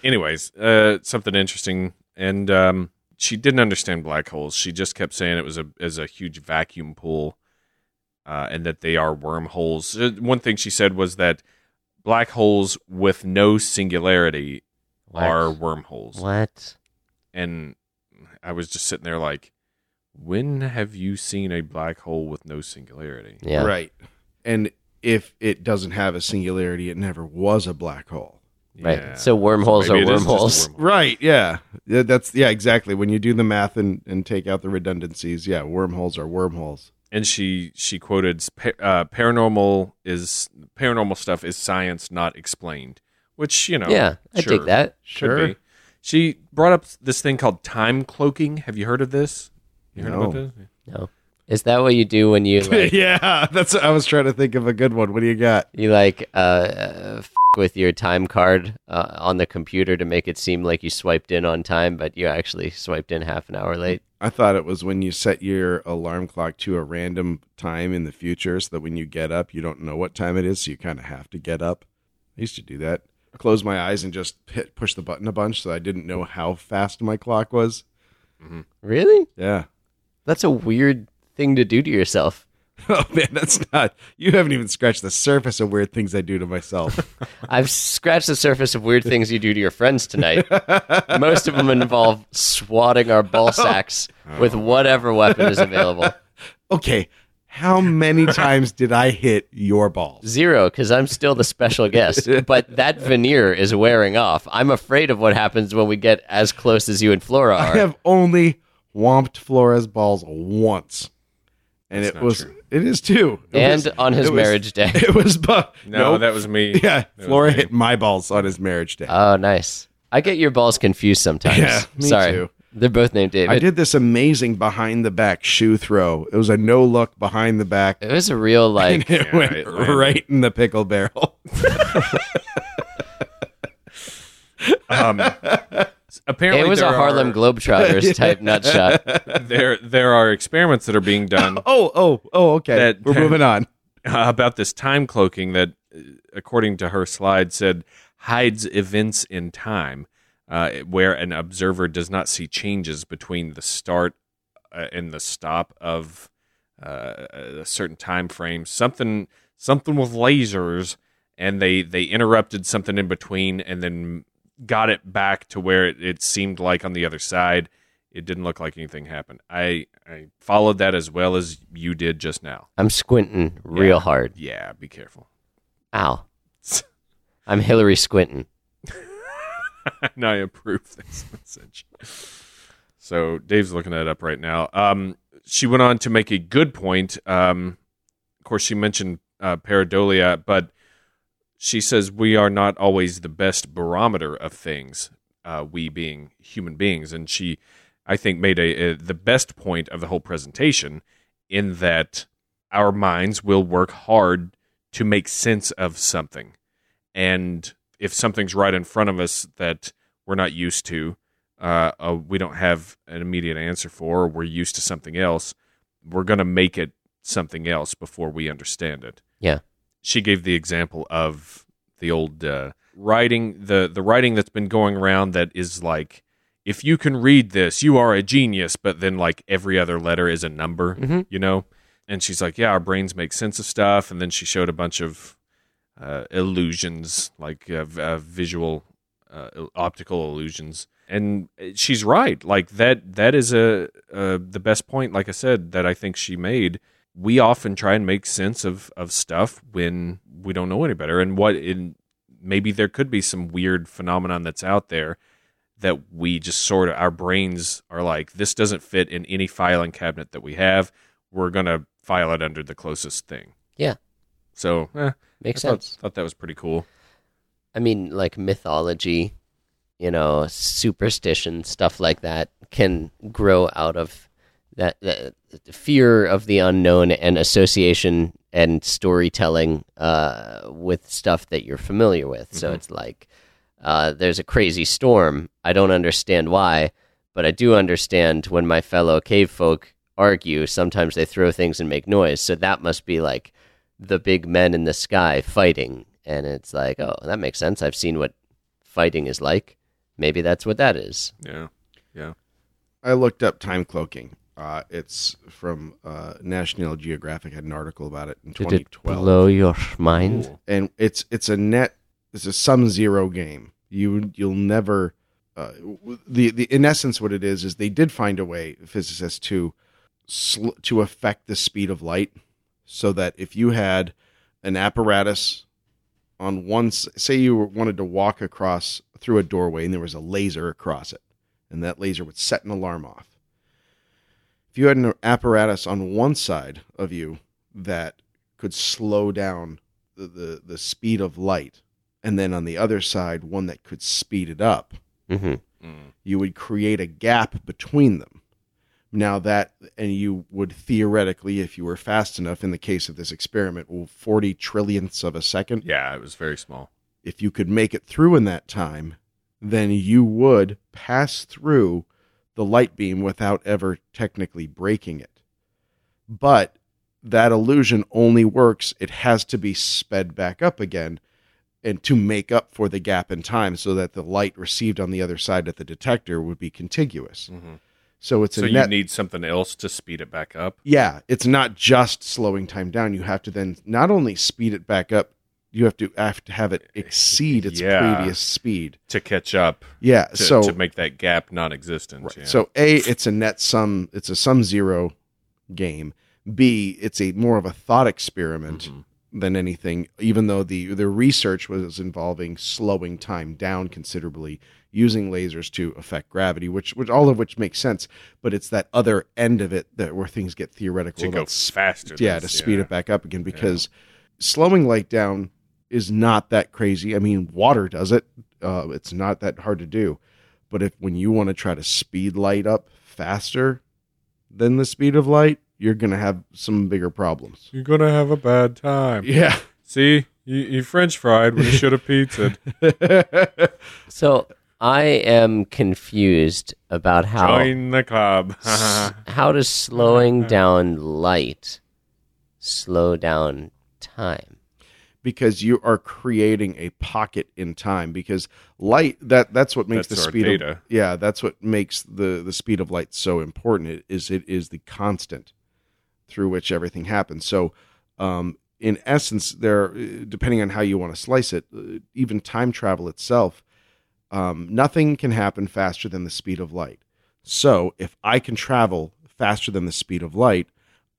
anyways, uh, something interesting, and um, she didn't understand black holes. She just kept saying it was a as a huge vacuum pool, uh, and that they are wormholes. Uh, One thing she said was that black holes with no singularity What? are wormholes, What? and I was just sitting there like, when have you seen a black hole with no singularity? Yeah. Right. And if it doesn't have a singularity, it never was a black hole. Right. Yeah. So wormholes Maybe are it is just a wormholes. wormhole. Right. Yeah. Yeah, That's yeah. Exactly. When you do the math and and take out the redundancies, yeah, wormholes are wormholes. and she she quoted pa- uh, paranormal is paranormal stuff is science not explained which you know yeah, I sure, take that. could be. she brought up this thing called time cloaking have you heard of this you heard No. about this No. Is that what you do when you like, yeah. That's. I was trying to think of a good one. What do you got? you like uh, uh f- with your time card uh, on the computer to make it seem like you swiped in on time, but you actually swiped in half an hour late? I thought it was when you set your alarm clock to a random time in the future, so that when you get up, you don't know what time it is, so you kind of have to get up. I used to do that. close my eyes and just hit push the button a bunch, so I didn't know how fast my clock was. Really? Yeah. That's a weird thing to do to yourself. Oh man, that's not. You haven't even scratched the surface of weird things I do to myself. I've scratched the surface of weird things you do to your friends tonight. Most of them involve swatting our Oh. ball sacks with whatever weapon is available. okay, how many times did I hit your balls? Zero, because I'm still the special guest. But that veneer is wearing off. I'm afraid of what happens when we get as close as you and Flora I are. have only whomped Flora's balls once, and That's it not was. true. It is too. It and was- on his it was- marriage day. it was. But No, that was me. Yeah, That was Flora me. hit my balls on his marriage day. Oh, nice. I get your balls confused sometimes. Yeah, me Sorry. too. They're both named David. I did this amazing behind the back shoe throw. It was a no look behind the back. It was a real like It Yeah, went it landed. right in the pickle barrel. Apparently, it was there a Harlem are, Globetrotters type nut shot. there there are experiments that are being done Oh, oh, oh, okay. That- We're moving on. uh, about this time cloaking that, uh, according to her slide, said hides events in time, uh, where an observer does not see changes between the start uh, and the stop of uh, a certain time frame. Something something with lasers, and they they interrupted something in between, and then got it back to where it, it seemed like on the other side. It didn't look like anything happened. I, I followed that as well as you did just now. I'm squinting real hard. Yeah, be careful. Ow. I'm Hillary Squinton. and I approve this message. So Dave's looking that up right now. Um, she went on to make a good point. Um, of course, she mentioned uh, pareidolia, but she says we are not always the best barometer of things. Uh, we being human beings, and she, I think, made a, a the best point of the whole presentation in that our minds will work hard to make sense of something, and if something's right in front of us that we're not used to, uh, uh, we don't have an immediate answer for, or we're used to something else, we're going to make it something else before we understand it. Yeah. She gave the example of the old uh, writing, the the writing that's been going around that is like, if you can read this, you are a genius. But then like every other letter is a number, Mhm. you know. And she's like, yeah, our brains make sense of stuff. And then she showed a bunch of uh, illusions, like uh, v- uh, visual, uh, il- optical illusions. And uh, she's right. Like that. That is a uh, the best point. Like I said, that I think she made. We often try and make sense of of stuff when we don't know any better. And what in maybe there could be some weird phenomenon that's out there that we just sort of our brains are like this doesn't fit in any filing cabinet that we have. We're gonna file it under the closest thing. Yeah. So eh, Makes I thought- sense. Thought, that was pretty cool. I mean, like mythology, you know, superstition, stuff like that can grow out of that, that fear of the unknown and association and storytelling uh, with stuff that you're familiar with. So it's like uh, there's a crazy storm. I don't understand why, but I do understand when my fellow cave folk argue, sometimes they throw things and make noise. So that must be like the big men in the sky fighting. And it's like, oh, that makes sense. I've seen what fighting is like. Maybe that's what that is. Yeah. I looked up time cloaking. Uh, it's from uh, National Geographic had an article about it in Did it 2012, blow your mind? and it's it's a net it's a sum zero game. You you'll never uh, w- the the in essence what it is is they did find a way physicists to sl- to affect the speed of light so that if you had an apparatus on one s- say you wanted to walk across through a doorway and there was a laser across it and that laser would set an alarm off if you had an apparatus on one side of you that could slow down the, the, the speed of light and then on the other side one that could speed it up hmm you would create a gap between them. Now that, and you would theoretically, if you were fast enough, in the case of this experiment, well, 40 trillionths of a second, Yeah, it was very small. if you could make it through in that time, then you would pass through the light beam without ever technically breaking it. But that illusion only works, it has to be sped back up again. and to make up for the gap in time so that the light received on the other side at the detector would be contiguous. So it's Mm-hmm. So a you net need something else to speed it back up. yeah, it's not just slowing time down. You have to then not only speed it back up, you have to have to have it exceed its Yeah. previous speed. to catch up Yeah. to, so to make that gap non-existent. right. yeah. so A, it's a net sum, it's a sum zero game. B, it's a more of a thought experiment Mhm. than anything, even though the the research was involving slowing time down considerably using lasers to affect gravity, which which all of which makes sense, but it's that other end of it that where things get theoretical to go about sp- faster. yeah, than- uh, to speed it back up again because slowing light down is not that crazy. I mean, water does it. Uh, it's not that hard to do. But if when you want to try to speed light up faster than the speed of light, you're going to have some bigger problems. You're gonna have a bad time. Yeah. See, you, you French fried when you should have pizzaed. So I am confused about Oh. how Join the club. s- how does slowing down light slow down time? because you are creating a pocket in time because light that that's what makes That's the our speed of, data. yeah that's what makes the the speed of light so important it is it is the constant through which everything happens so um in essence there uh, depending on how you want to slice it uh, even time travel itself um nothing can happen faster than the speed of light so if i can travel faster than the speed of light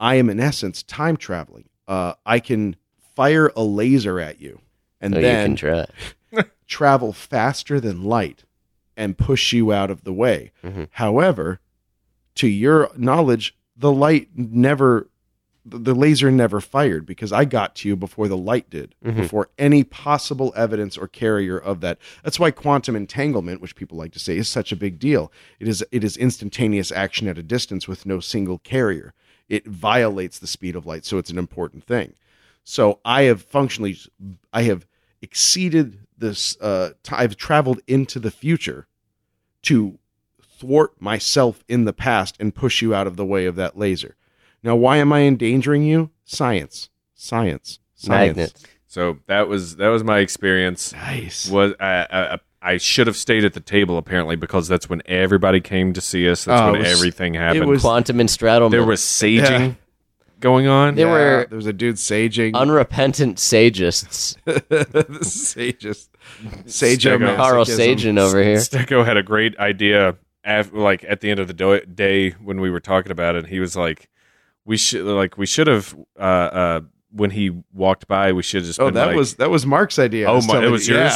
I am in essence time traveling. Uh, I can fire a laser at you and so Oh, you then can drive. travel faster than light and push you out of the way. Mhm. However, to your knowledge, the light never, the, the laser never fired because I got to you before the light did, Mhm. before any possible evidence or carrier of that. That's why quantum entanglement, which people like to say, is such a big deal. It is it is instantaneous action at a distance with no single carrier. It violates the speed of light, so it's an important thing. So I have functionally, I have exceeded this. Uh, t- I've traveled into the future to thwart myself in the past and push you out of the way of that laser. Now, why am I endangering you? Science, science, science. Magnets. so that was that was my experience. Nice. Was I, I, I should have stayed at the table apparently because that's when everybody came to see us. That's Oh, it when was- everything happened. was- Quantum enstraddlement. there was saging Yeah. going on. There were- there was a dude saging. unrepentant sageists. sages, sage Carl Sagan over here. Stecco had a great idea. Af- like at the end of the do- day when we were talking about it, he was like, "We should like we should have uh, uh, when he walked by, we should have just Oh, been that like- was that was Mark's idea. I Oh my- it telling was you. yours?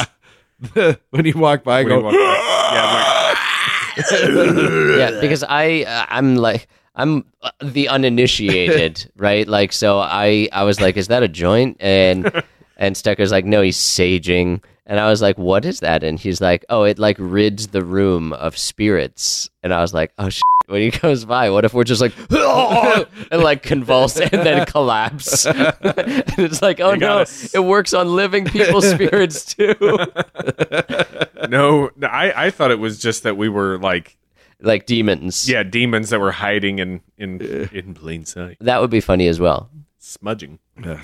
Yeah. when he walked by, I when he go. walked by. yeah, I'm like, yeah, because I uh, I'm like I'm uh, the uninitiated, right? Like so I I was like is that a joint? And and Stecker's like no, he's saging. And I was like what is that? And he's like oh, it like rids the room of spirits. And I was like oh shit. When he goes by, what if we're just like and like convulse and then collapse? and it's like, oh You got no, us. it works on living people's spirits too, no, no, I, I thought it was just that we were like, like demons. yeah, demons that were hiding in in in plain sight, that would be funny as well. smudging.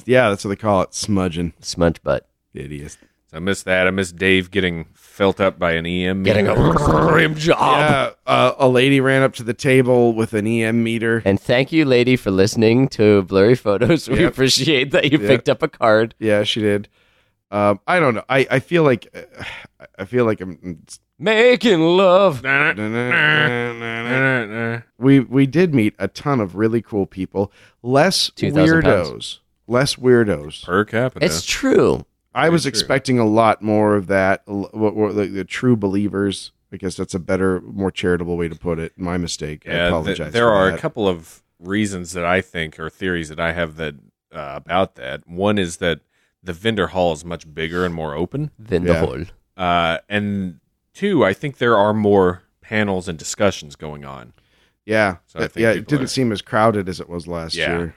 Yeah, that's what they call it, smudging. Smudge butt. Idiot. So I missed that. I missed Dave getting felt up by an E EM. meter. rim job. Yeah, uh, a lady ran up to the table with an EM meter. And thank you, lady, for listening to Blurry Photos. We Yep. appreciate that you Yep. picked up a card. Yeah, she did. Um, I don't know. I, I feel like uh, I feel like I'm. Making love. We we did meet a ton of really cool people. Less 2,000 weirdos. pounds. Less weirdos. per capita. It's true. I was true. expecting a lot more of that. l- What were the, the true believers? I guess that's a better, more charitable way to put it. My mistake. I Yeah, th- apologize. there for are that. a couple of reasons that I think or theories that I have that uh, about that. One is that the vendor hall is much bigger and more open, Then Yeah. the whole. uh, and two, I think there are more panels and discussions going on. Yeah, So I That- think yeah. It people didn't are- seem as crowded as it was last Yeah. year.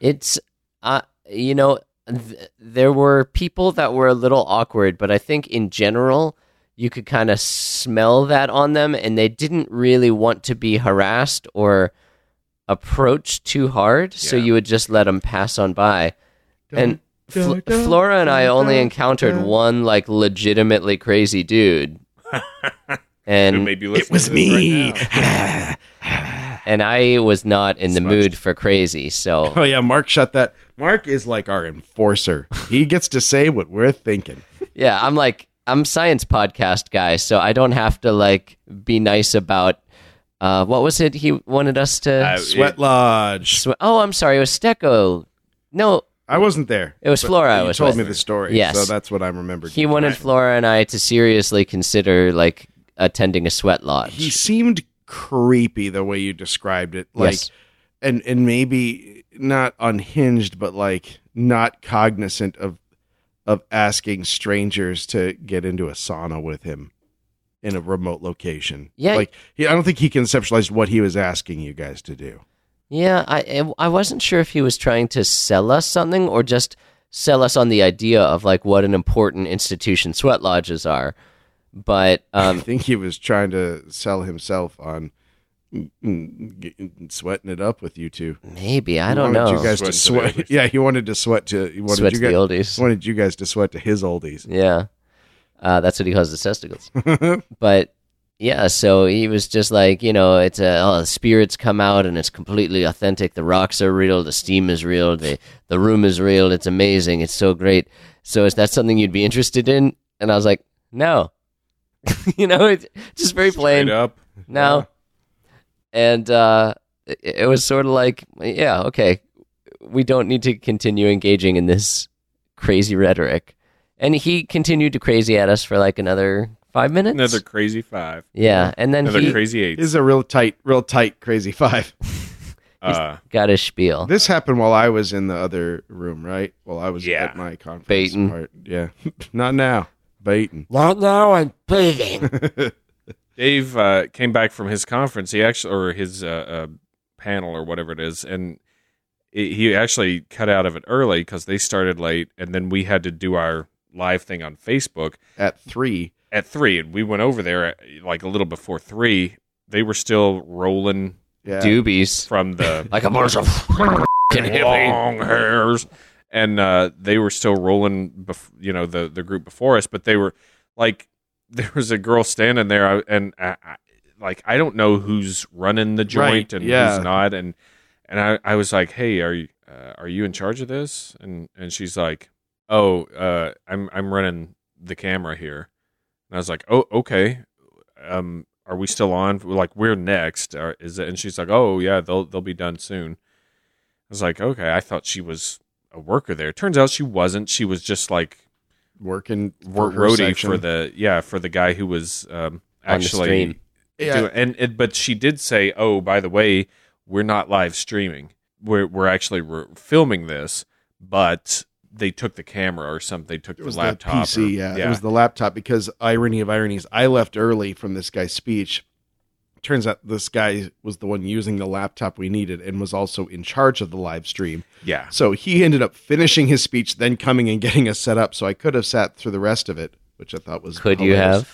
It's, uh, you know, th- there were people that were a little awkward, but I think in general, you could kind of smell that on them, and they didn't really want to be harassed or approached too hard. So Yeah. you would just let them pass on by. And Da, Fl- da, Flora and I da, only da, encountered da. one like legitimately crazy dude, Who and may be listening It was to this right me. now. and I was not in the Smudged. mood for crazy. So Oh yeah, Mark shut that. Mark is like our enforcer. He gets to say what we're thinking. yeah, I'm like I'm science podcast guy, so I don't have to like be nice about uh, what was it he wanted us to. Uh, Sweat lodge. sw- oh, I'm sorry, it was Stecco. No, I wasn't there. It was but Flora I You was told with. me the story. Yes. so that's what I remembered. he wanted Flora and I to seriously consider like attending a sweat lodge. Uh, He seemed creepy the way you described it. Like, Yes. and and maybe not unhinged, but like not cognizant of of asking strangers to get into a sauna with him in a remote location. Yeah. like he, I don't think he conceptualized what he was asking you guys to do. Yeah, I I wasn't sure if he was trying to sell us something or just sell us on the idea of like what an important institution sweat lodges are. But I um, think he was trying to sell himself on mm, mm, getting- sweating it up with you two. maybe I He don't wanted know. You guys to Sweating to the sweat. Yeah, he wanted to sweat to. He wanted Sweat you to the guys, oldies. wanted you guys to sweat to his oldies. Yeah, uh, that's what he calls his testicles. but yeah, so he was just like, you know, it's a oh, the spirits come out and it's completely authentic. The rocks are real, the steam is real, the the room is real. It's amazing. It's so great. So is that something you'd be interested in? And I was like, no. you know, it's just very plain. Straight up. No. And uh, it, it was sort of like, yeah, okay, we don't need to continue engaging in this crazy rhetoric. And he continued to crazy at us for like another five minutes. Another crazy five. yeah, and then Another he crazy eight. This is a real tight, real tight, crazy five. Uh, got his spiel. This happened while I was in the other room, right? While I was Yeah. at my conference. Baiting. part. Yeah. Not now. Baiting. Not now, I'm beating. Dave uh, came back from his conference. He actually, or his uh, uh, panel, or whatever it is, and it, he actually cut out of it early because they started late, and then we had to do our live thing on Facebook At three. at three, and we went over there at, like a little before three. They were still rolling Yeah. Doobies. from the Like a bunch of long hairs, and uh, they were still rolling. Bef- you know the the group before us, but they were like there was a girl standing there, I- and I, I, like I don't know who's running the joint Right, and yeah. who's not, and and I, I was like, hey, are you uh, are you in charge of this? And and she's like, oh, uh, I'm I'm running the camera here, and I was like, oh, okay, um. Are we still on? We're Like we're next, or is it? And she's like, "Oh yeah, they'll they'll be done soon." I was like, okay, I thought she was a worker there. Turns out she wasn't. She was just like Working. wor- her roadie section. for the yeah for the guy who was um, On the actually stream. Yeah. doing- and, and but she did say, oh, by the way, we're not live streaming. We're we're actually re- filming this, but they took the camera or something. They took It the was laptop. the PC, or- yeah. uh, It was the laptop because irony of ironies, I left early from this guy's speech. Turns out this guy was the one using the laptop we needed and was also in charge of the live stream. yeah. So he ended up finishing his speech, then coming and getting us set up. So I could have sat through the rest of it, which I thought was Could you hilarious.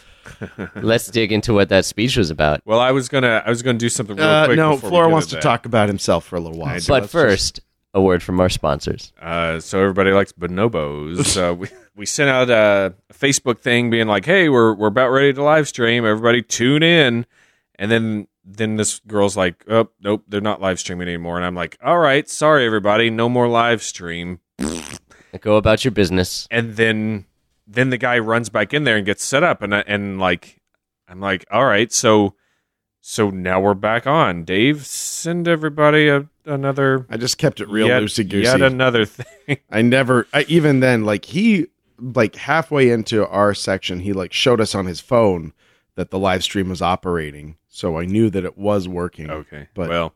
have? Let's dig into what that speech was about. Well, I was gonna I was gonna do something real Uh, quick. no, before we Flora get wants to into that. talk about himself for a little while. so But let's first, a word from our sponsors. Uh, so everybody likes bonobos. so we, we sent out a Facebook thing being like, "Hey, we're we're about ready to live stream. Everybody tune in." And then then this girl's like, "Oh, nope, they're not live streaming anymore." And I'm like, "All right, sorry everybody, no more live stream." Go about your business. and then then the guy runs back in there and gets set up and I- and like I'm like all right so so now we're back on Dave send everybody a, another I just kept it real yet, loosey yet goosey. another thing I never, I, even then, like he, like halfway into our section, he like showed us on his phone that the live stream was operating. So I knew that it was working. okay But- well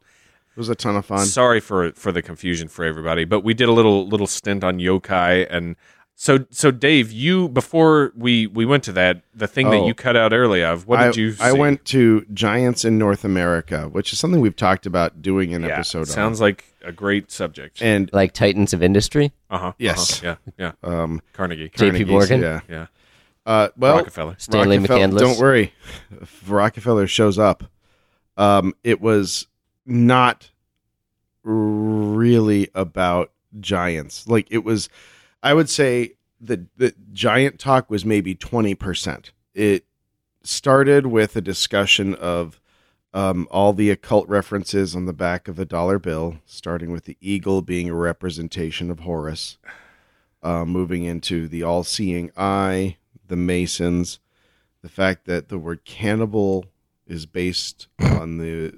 It was a ton of fun. sorry for for the confusion for everybody but we did a little little stint on yokai and so so Dave you before we we went to that the thing that Oh. you cut out early of what I, did you I see? went to Giants in North America, which is something we've talked about doing an yeah, episode sounds like a great subject on. And Like Titans of Industry, uh-huh Yes. uh-huh, yeah yeah um, Carnegie JP Carnegie's, Morgan, Yeah. yeah Uh, well, Rockefeller Stanley Rockefeller- McCandless. Don't worry, if Rockefeller shows up. Um, it was not really about giants. Like it was, I would say the the giant talk was maybe twenty percent. It started with a discussion of um, all the occult references on the back of a dollar bill, starting with the eagle being a representation of Horus, uh, moving into the all-seeing eye, the Masons, the fact that the word cannibal is based on the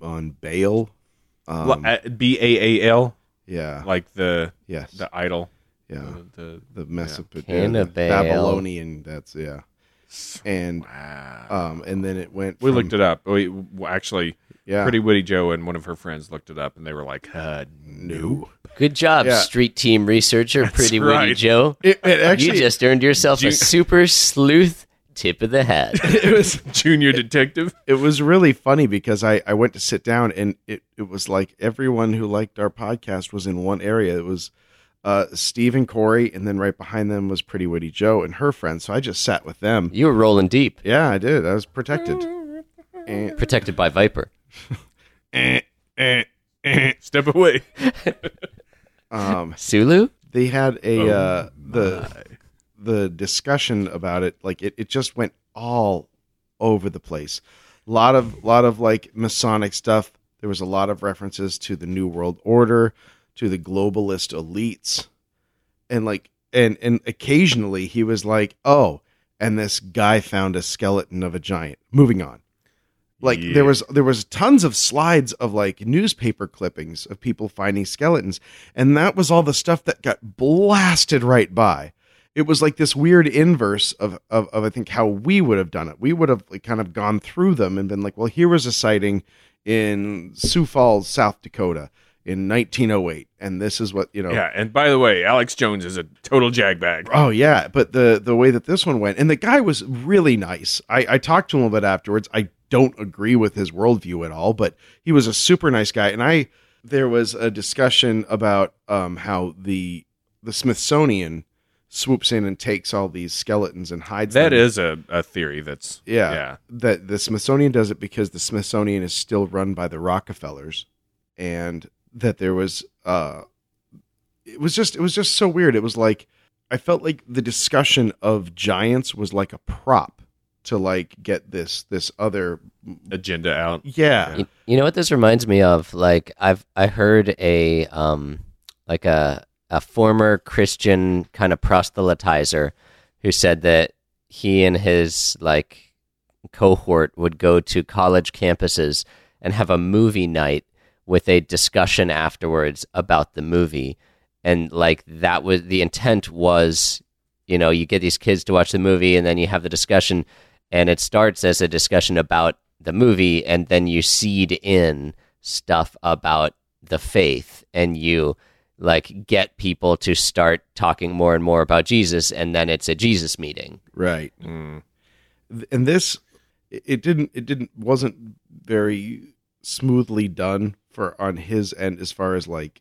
on Baal. Um, uh, B A A L, yeah. like the yes. the idol. yeah. The- the- the Mesopotamian Cannibal. Babylonian. That's yeah, and wow. um, and then it went. we from- looked it up. We well, actually, Yeah, Pretty Woody Joe and one of her friends looked it up, and they were like, uh, "No, Good job, Yeah. street team researcher, Pretty Witty right. Joe. It, it actually you just earned yourself a you- super sleuth tip of the hat. it was Junior Detective." it was really funny because I I went to sit down and it it was like everyone who liked our podcast was in one area. It was. Uh, Steve and Corey, and then right behind them was Pretty Witty Joe and her friend. So I just sat with them. You were rolling deep, Yeah, I did. I was protected. And- protected by Viper. Step away. um, Sulu? they had a uh, the the discussion about it like it, it just went all over the place a lot of lot of like masonic stuff there was a lot of references to the new world order to the globalist elites and like and and occasionally he was like oh and this guy found a skeleton of a giant moving on like Yeah. there was there was tons of slides of like newspaper clippings of people finding skeletons and that was all the stuff that got blasted right by it was like this weird inverse of of, of i think how we would have done it we would have like kind of gone through them and been like well here was a sighting in sioux falls south dakota in 1908 and this is what you know Yeah, and by the way, Alex Jones is a total jagbag. Oh yeah, but the the way that this one went, and the guy was really nice. I, I talked to him a bit afterwards. I don't agree with his worldview at all, but he was a super nice guy. And I there was a discussion about um, how the the Smithsonian swoops in and takes all these skeletons and hides That them. is a, a theory that's yeah, yeah. that the Smithsonian does it because the Smithsonian is still run by the Rockefellers, and that there was uh, it was just it was just so weird. It was like I felt like the discussion of giants was like a prop to like get this this other agenda out. yeah You, you know what this reminds me of? Like I've I heard a um like a a former Christian kind of proselytizer who said that he and his like cohort would go to college campuses and have a movie night with a discussion afterwards about the movie and like that was the intent was you know you get these kids to watch the movie and then you have the discussion and it starts as a discussion about the movie and then you seed in stuff about the faith and you like get people to start talking more and more about Jesus and then it's a Jesus meeting right. Mm. and this it it didn't it didn't wasn't very smoothly done for on his end as far as like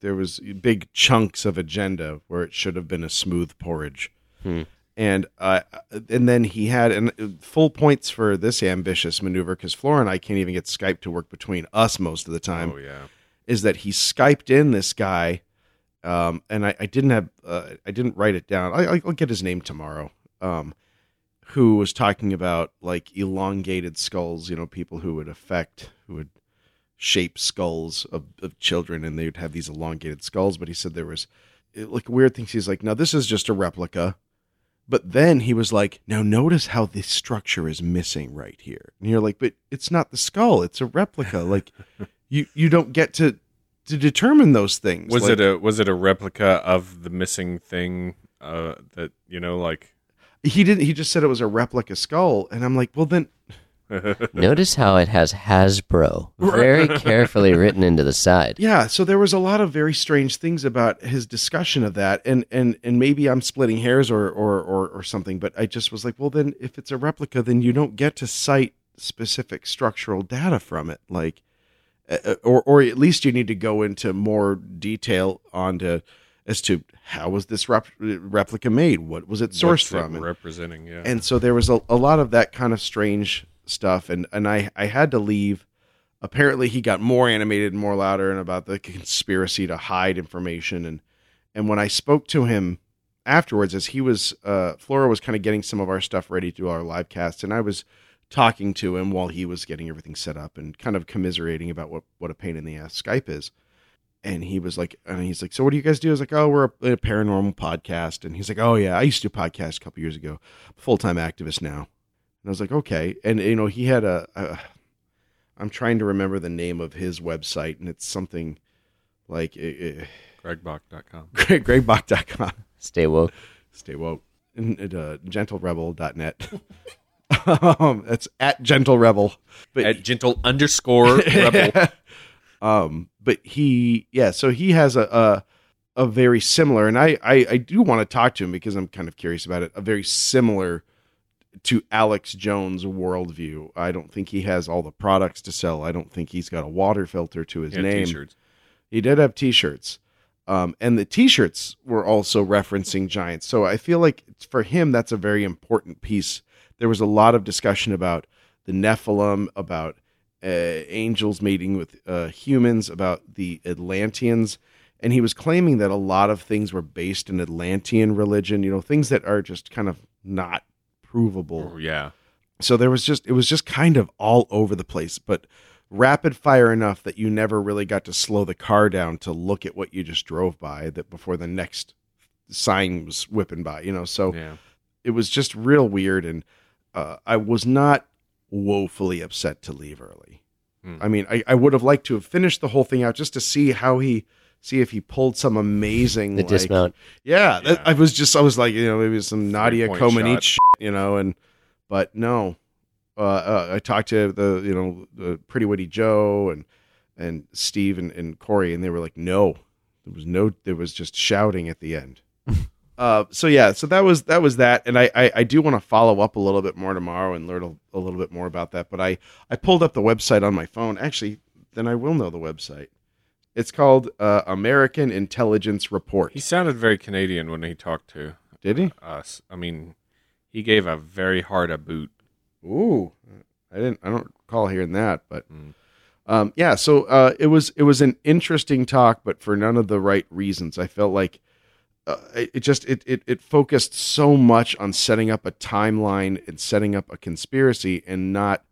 there was big chunks of agenda where it should have been a smooth porridge Hmm. and uh, and then he had and uh, full points for this ambitious maneuver because flora and i can't even get skype to work between us most of the time Oh yeah. is that he skyped in this guy um, and I, I didn't have uh, i didn't write it down I, i'll get his name tomorrow um, who was talking about like elongated skulls you know people who would affect who would shape skulls of, of children and they would have these elongated skulls but he said there was it, like weird things he's like no this is just a replica but then he was like now notice how this structure is missing right here and you're like but it's not the skull it's a replica like you you don't get to to determine those things Was Like- it a was it a replica of the missing thing uh, that you know like he didn't he just said it was a replica skull and i'm like well then notice how it has Hasbro very carefully written into the side yeah so there was a lot of very strange things about his discussion of that and and and maybe i'm splitting hairs or or or, or something but i just was like well then if it's a replica then you don't get to cite specific structural data from it like uh, or or at least you need to go into more detail on to as to how was this rep- replica made what was it sourced what's it from and- representing yeah. and so there was a, a lot of that kind of strange stuff and and I I had to leave apparently he got more animated and more louder and about the conspiracy to hide information and And when I spoke to him afterwards, as he was, uh, Flora was kind of getting some of our stuff ready to do our live cast, and I was talking to him while he was getting everything set up and kind of commiserating about what, what a pain in the ass Skype is. And he was like, and he's like, so what do you guys do? I was like, oh, we're a, a paranormal podcast. And he's like, oh yeah, I used to do a podcast a couple years ago, full time activist now. And I was like, okay. And you know, he had a, a I'm trying to remember the name of his website, and it's something like eh, it, Gregbach.com. it, gregbach.com. Stay woke. Stay woke. And, and, uh, gentlerebel.net. um, that's at gentle rebel. But At gentle underscore rebel. um, but he, yeah, so he has a a, a very similar, and I, I I do want to talk to him because I'm kind of curious about it. A very similar to Alex Jones worldview. I don't think he has all the products to sell. I don't think he's got a water filter to his Yeah, name. T-shirts. He did have T-shirts, um, and the T-shirts were also referencing giants. So I feel like it's- for him, that's a very important piece. There was a lot of discussion about the Nephilim, about uh, angels meeting with uh, humans, about the Atlanteans, and he was claiming that a lot of things were based in Atlantean religion. You know, things that are just kind of not provable Oh, yeah. so there was just it was just kind of all over the place but rapid fire enough that you never really got to slow the car down to look at what you just drove by that before the next sign was whipping by you know so Yeah. it was just real weird and uh, i was not woefully upset to leave early Hmm. i mean I, I would have liked to have finished the whole thing out just to see how he see if he pulled some amazing The like- dismount. yeah, that- Yeah. I was just I was like, you know, maybe some Nadia point Comaneci, shot. shit, you know, and but no, uh, uh, I talked to the you know the Pretty Witty Joe and and Steve and, and Corey, and they were like, no, there was no, there was just shouting at the end. uh, so yeah, so that was that was that, and I I, I do want to follow up a little bit more tomorrow and learn a, a little bit more about that. But I I pulled up the website on my phone. Actually, then I will know the website. It's called uh, American Intelligence Report. He sounded very Canadian when he talked to Did he? us. I mean, he gave a very hard a boot. Ooh, I didn't. I don't recall hearing that, but Mm. um, yeah. So uh, it was it was an interesting talk, but for none of the right reasons. I felt like uh, it, it just it, it it focused so much on setting up a timeline and setting up a conspiracy, and not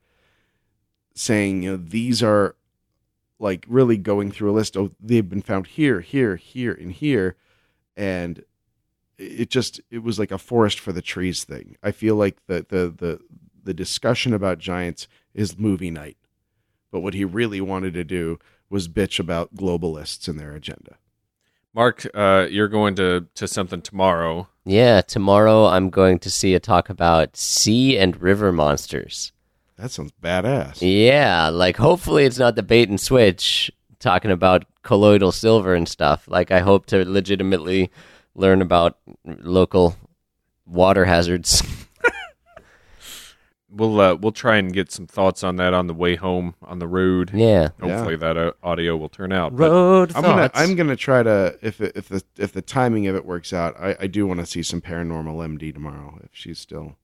saying you know these are like really going through a list. Oh, they've been found here, here, here, and here, and it just it was like a forest for the trees thing. I feel like the the the the discussion about giants is movie night, but what he really wanted to do was bitch about globalists and their agenda. Mark, uh, you're going to, to something tomorrow. Yeah, tomorrow I'm going to see a talk about sea and river monsters. That sounds badass. Yeah, like hopefully it's not the bait and switch talking about colloidal silver and stuff. Like I hope to legitimately learn about local water hazards. We'll uh, we'll try and get some thoughts on that on the way home on the road. yeah. Hopefully that uh, audio will turn out. but- Road I'm gonna I'm gonna try to if it, if the if the timing of it works out. I, I do want to see some paranormal MD tomorrow if she's still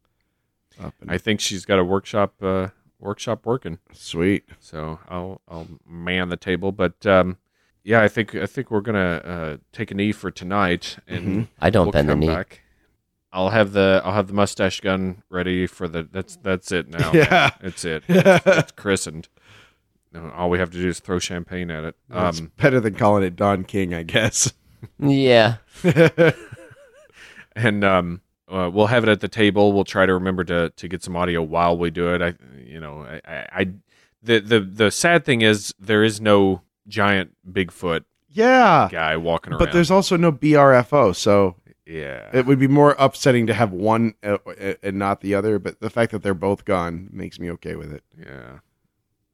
up. And, I think she's got a workshop uh, workshop working, sweet. so I'll I'll man the table. But um, yeah, I think I think we're gonna uh, take a knee for tonight, and I Mm-hmm. don't bend the knee. back. I'll have the I'll have the mustache gun ready for the. That's that's it now. Yeah. it's it. That's It's christened. Now, All we have to do is throw champagne at it. Um, better than calling it Don King, I guess. Yeah. and um, uh, we'll have it at the table. We'll try to remember to to get some audio while we do it. I, you know, I, I, I the the the sad thing is there is no giant Bigfoot yeah, guy walking around. but there's also no BRFO, so yeah, It would be more upsetting to have one uh, uh, and not the other, but the fact that they're both gone makes me okay with it. Yeah.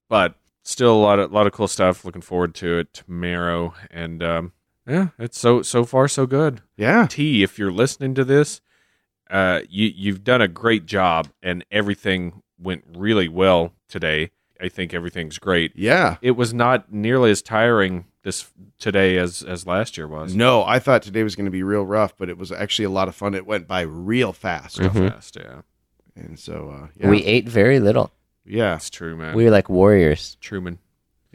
But still a lot of lot of cool stuff. Looking forward to it tomorrow. And um, yeah, it's so so far so good. Yeah. T, if you're listening to this, uh, you you've done a great job, and everything went really well today. I think everything's great. Yeah. It was not nearly as tiring this today as as last year was. No, I thought today was going to be real rough, but it was actually a lot of fun. It went by real fast. So Mhm. fast, yeah. And so, uh, yeah. We ate very little. yeah. That's true, man. We were like warriors. Truman.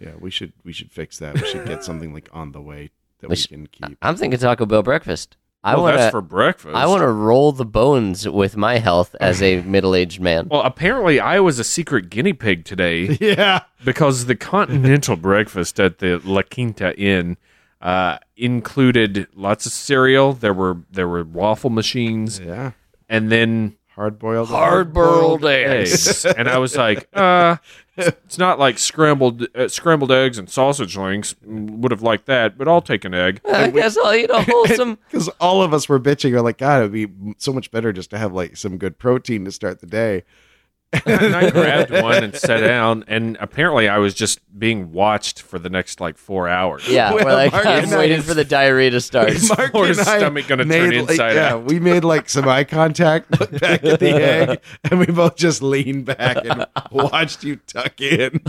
Yeah. We should, we should fix that. We should get something like on the way that Which- we can keep. I'm thinking Taco Bell breakfast. I well, want that's to. for breakfast. I want to roll the bones with my health as a middle-aged man. Well, apparently I was a secret guinea pig today Yeah. because the continental breakfast at the La Quinta Inn uh, included lots of cereal. There were there were waffle machines, Yeah. and then Hard boiled. hard-boiled eggs. and I was like, uh, it's not like scrambled uh, scrambled eggs and sausage links. Mm, Would have liked that, but I'll take an egg. I guess I'll eat a wholesome. Because all of us were bitching, we're like, God, it'd be so much better just to have like some good protein to start the day. And I grabbed one and sat down, and apparently I was just being watched for the next like four hours. Yeah, Well, we're like, Mark I'm and I waiting is- for the diarrhea to start. Mark Or and his I stomach gonna turn made, like- inside yeah, out. We made like some eye contact, looked back at the egg, and we both just leaned back and watched you tuck in.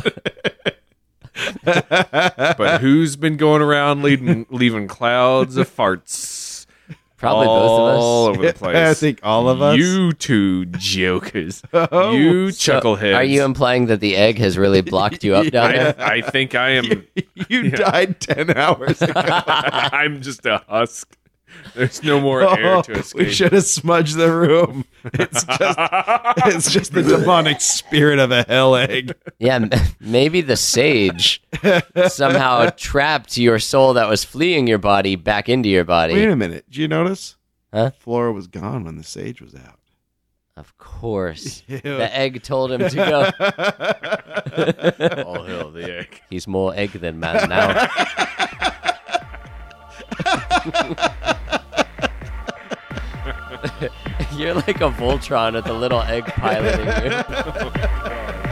But who's been going around leading, leaving clouds of farts? Probably all both of us. over the place. I think all of us. Oh, You two jokers. So, you chuckleheads. Are you implying that the egg has really blocked you up down I, there? I think I am. you died 10 hours ago. I'm just a husk. There's no more air to escape. Oh, we should have smudged the room. It's just, it's just the demonic spirit of a hell egg. Yeah, m- maybe the sage somehow trapped your soul that was fleeing your body back into your Wait body. a minute. Did you notice? Huh? Flora was gone when the sage was out. Of course. Ew. The egg told him to go. All hell the egg. He's more egg than man now. You're like a Voltron with a little egg piloting you.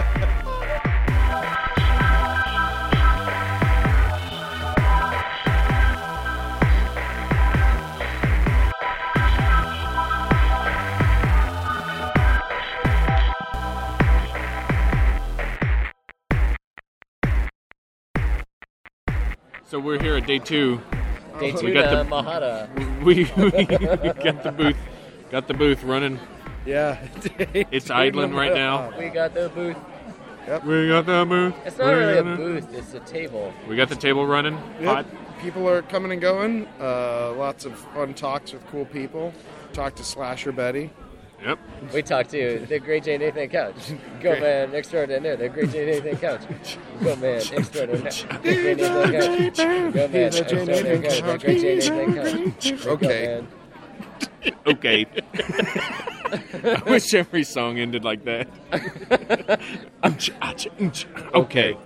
So we're here at day two. Daytona We got the- Mahara. We, we got the booth, got the booth running. Yeah. It's idling right now. We got the booth. We got the booth. It's not really a booth, it's a table. We got the table running. Hot. Yep. People are coming and going. Uh, lots of fun talks with cool people. Talk to Slasher Betty. Yep. We talked to the Great Jane Nathan Couch. Go man extraordinaire. The Great Jane Nathan Couch. Go man extraordinaire. The Great Nathan Couch. Go man extraordinaire. Couch. The Great Jane Nathan Couch. Go, Okay. man. Okay. I wish every song ended like that. Umch, ach, umch. okay.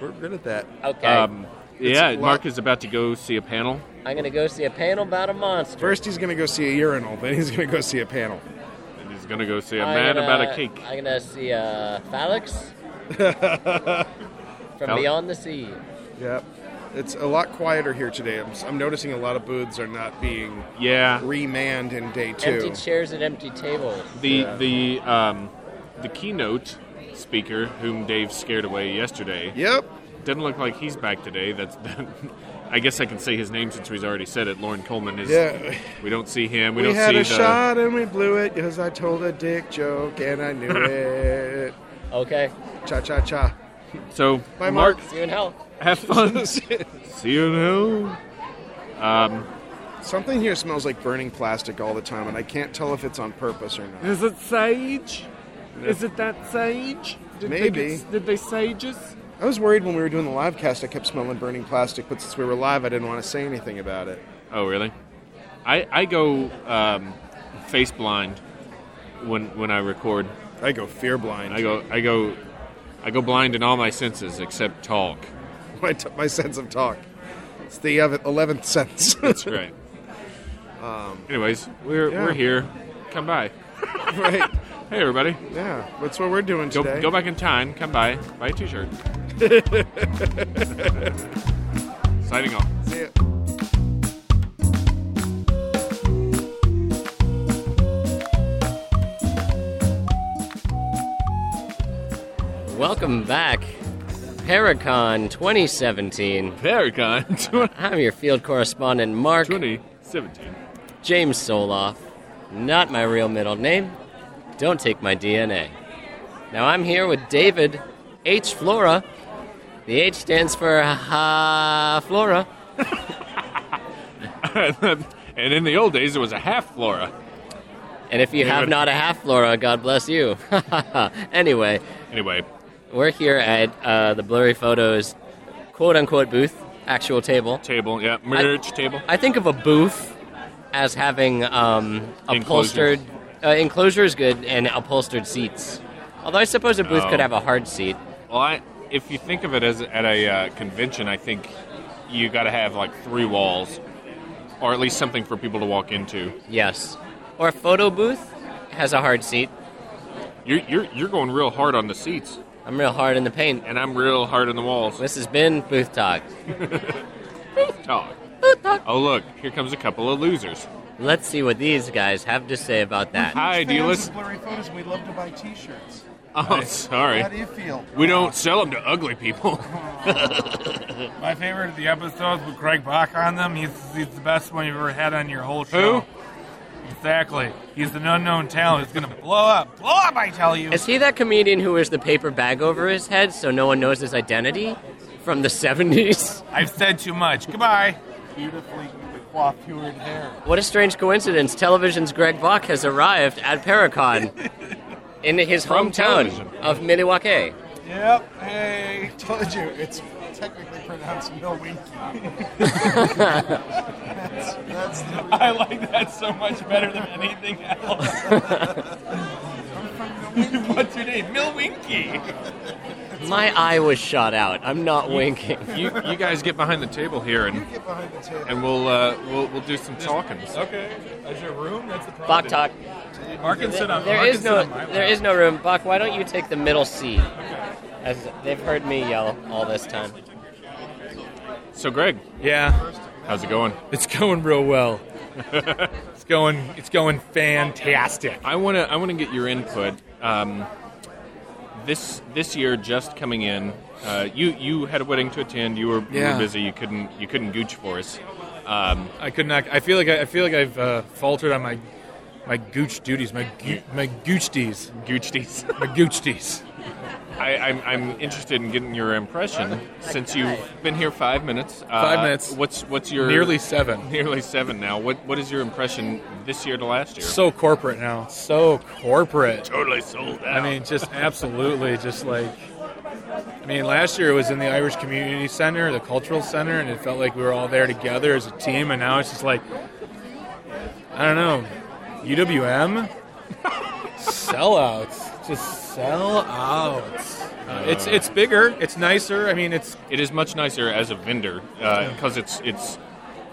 We're good at that. Okay. Um, yeah, lot- Mark is about to go see a panel. I'm gonna go see a panel about a monster. First, he's going to go see a urinal, then he's going to go see a panel. And he's gonna go see a I'm man gonna- about a cake. I'm gonna see a phalanx from Phal- beyond the sea. Yep. It's a lot quieter here today. I'm, I'm noticing a lot of booths are not being Yeah. remanned in day two. Empty chairs and empty tables. The the um, the keynote speaker, whom Dave scared away yesterday, Yep. doesn't look like he's back today. That's I guess I can say his name since we've already said it. Lauren Coleman is. Yeah. We don't see him. We, We, don't had see the. a shot and we blew it because I told a dick joke and I knew it. Okay. Cha cha cha. So Bye, Mark, Mark. See you in hell. have fun. see you now. Something here smells like burning plastic all the time, and I can't tell if it's on purpose or not. Is it sage? Is it that sage? Did they Maybe. get- did they sage us? I was worried when we were doing the live cast, I kept smelling burning plastic, but since we were live, I didn't want to say anything about it. Oh, really? I I go um, face blind when when I record. I go fear blind. I go I go I go blind in all my senses except talk. my, t- my sense of talk. It's the ev- 11th sense. That's right. um, Anyways, we're yeah. we're here. Come by. right. Hey, everybody. Yeah. That's what we're doing Go today. go back in time. Come by. Buy a T-shirt. Signing off. See ya. Welcome back, Paracon 2017. Paragon I'm your field correspondent, Mark 2017. James Soloff. Not my real middle name. Don't take my DNA. Now I'm here with David H. Flora. The H stands for Ha Flora. and in the old days, it was a half flora. And if you have not a half flora, God bless you. anyway, Anyway, we're here at uh, the Blurry Photos quote unquote booth, actual table. table, yeah, merge table. I think of a booth as having um, Enclosure. upholstered uh, enclosure is good and upholstered seats. Although I suppose a booth could have a hard seat. Well, I, if you think of it as at a uh, convention, I think you got to have like three walls, or at least something for people to walk into. Yes. Or a photo booth has a hard seat. You're you're, you're going real hard on the seats, I'm real hard in the paint. and I'm real hard on the walls. This has been Booth Talk. Talk. Oh look, here comes a couple of losers. Let's see what these guys have to say about that. Hi, do you Fans listen? of Blurry photos. and We love to buy T-shirts. Oh, sorry. How do you feel? We don't sell them to ugly people. My favorite of the episodes with Craig Bach on them. He's, he's the best one you've ever had on your whole show. Exactly. He's an unknown talent. It's gonna blow up. Blow up, I tell you. Is he that comedian who wears the paper bag over his head so no one knows his identity from the 70s? I've said too much. Goodbye. Beautifully coiffured hair. What a strange coincidence. Television's Greg Bach has arrived at Paracon in his From hometown television. of Milwaukee. Yep. Hey, told you. It's technically pronounced Milwaukee. that's, that's the I like that so much better than anything else. What's your name? Milwinky. My eye was shot out. I'm not winking. you, you guys get behind the table here, and get behind the table. and we'll uh, we'll we'll do some talking. Okay. Is your room? That's the problem. Bach talk. Mark can sit on. There Mark is can sit no on my there lap. is no room. Buck, why don't you take the middle seat? As they've heard me yell all this time. So, Greg, Yeah, how's it going? it's going real well. it's going. It's going fantastic. I want to I want to get your input. Um, this this year, just coming in, uh, you you had a wedding to attend. You were, you Yeah. were busy. You couldn't you couldn't gooch for us. Um, I could not. I feel like I, I feel like I've uh, faltered on my my gooch duties. My goo, my goochties. gooched My goochties. I, I'm, I'm interested in getting your impression since you've been here five minutes. Uh, Five minutes. What's what's your Nearly seven. nearly seven now? What what is your impression this year to last year? So corporate now. So corporate. totally sold out. I mean, just absolutely, just like. I mean, last year it was in the Irish Community Center, the Cultural Center, and it felt like we were all there together as a team. And now it's just like, I don't know, UWM sellouts, just sellouts. Uh, it's it's bigger, it's nicer. I mean, it's it is much nicer as a vendor because it's it's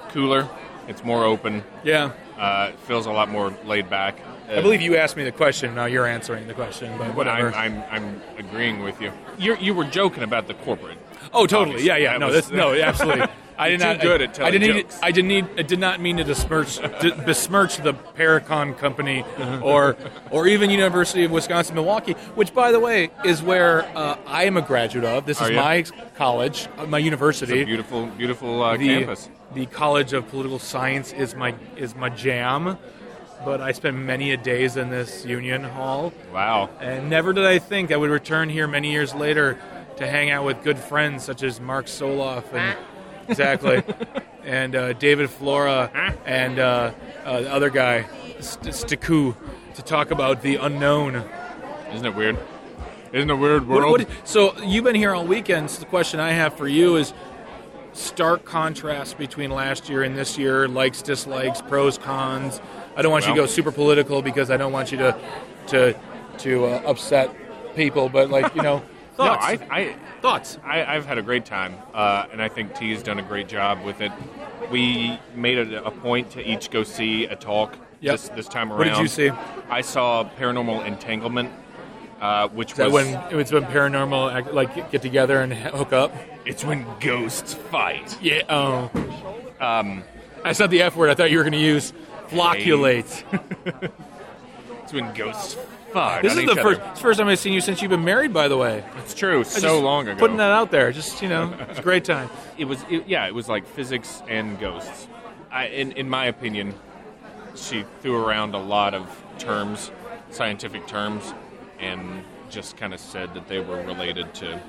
cooler, it's more open, yeah. uh, it feels a lot more laid back. I believe you asked me the question. Now you're answering the question, but But whatever. I'm, I'm, I'm agreeing with you. You're, you were joking about the corporate. Oh, totally. Obviously, Yeah, yeah. that No, was- that's no, absolutely. I did You're not. too good I, at telling I didn't. need- jokes. I didn't need. I did not mean to besmirch, d besmirch the Paracon company, or or even University of Wisconsin Milwaukee, which, by the way, is where uh, I am a graduate of. This Are is you? my college, uh, my It's a university. beautiful, beautiful uh, the campus. the College of Political Science is my is my jam, but I spent many a days in this union hall. Wow. And never did I think I would return here many years later to hang out with good friends such as Mark Soloff and exactly, and uh, David Flora and uh, uh, the other guy St- Staku to talk about the unknown. Isn't it weird? Isn't it a weird What- world? what- so you've been here all weekend. So the question I have for you is stark contrast between last year and this year, likes, dislikes, pros, cons. I don't want you to Well- go super political because I don't want you to to to uh, upset people. But like you know, no, thoughts. I, I, thoughts. I, I've had a great time, uh, and I think T has done a great job with it. We made it a point to each go see a talk Yep. this, this time around. What did you see? I saw Paranormal Entanglement, uh, which Is that was when it was when paranormal act- like get together and hook up? it's when ghosts fight. Yeah. Oh. Um, that's not the F word. I thought you were going to use. Flocculate. It's when ghosts fight. This on is each the other. first, it's the first time I've seen you since you've been married, by the way. It's true. So just long ago. Putting that out there, just you know, it's a great time. it was it, yeah it was like physics and ghosts I, in, in my opinion she threw around a lot of terms scientific terms and just kind of said that they were related to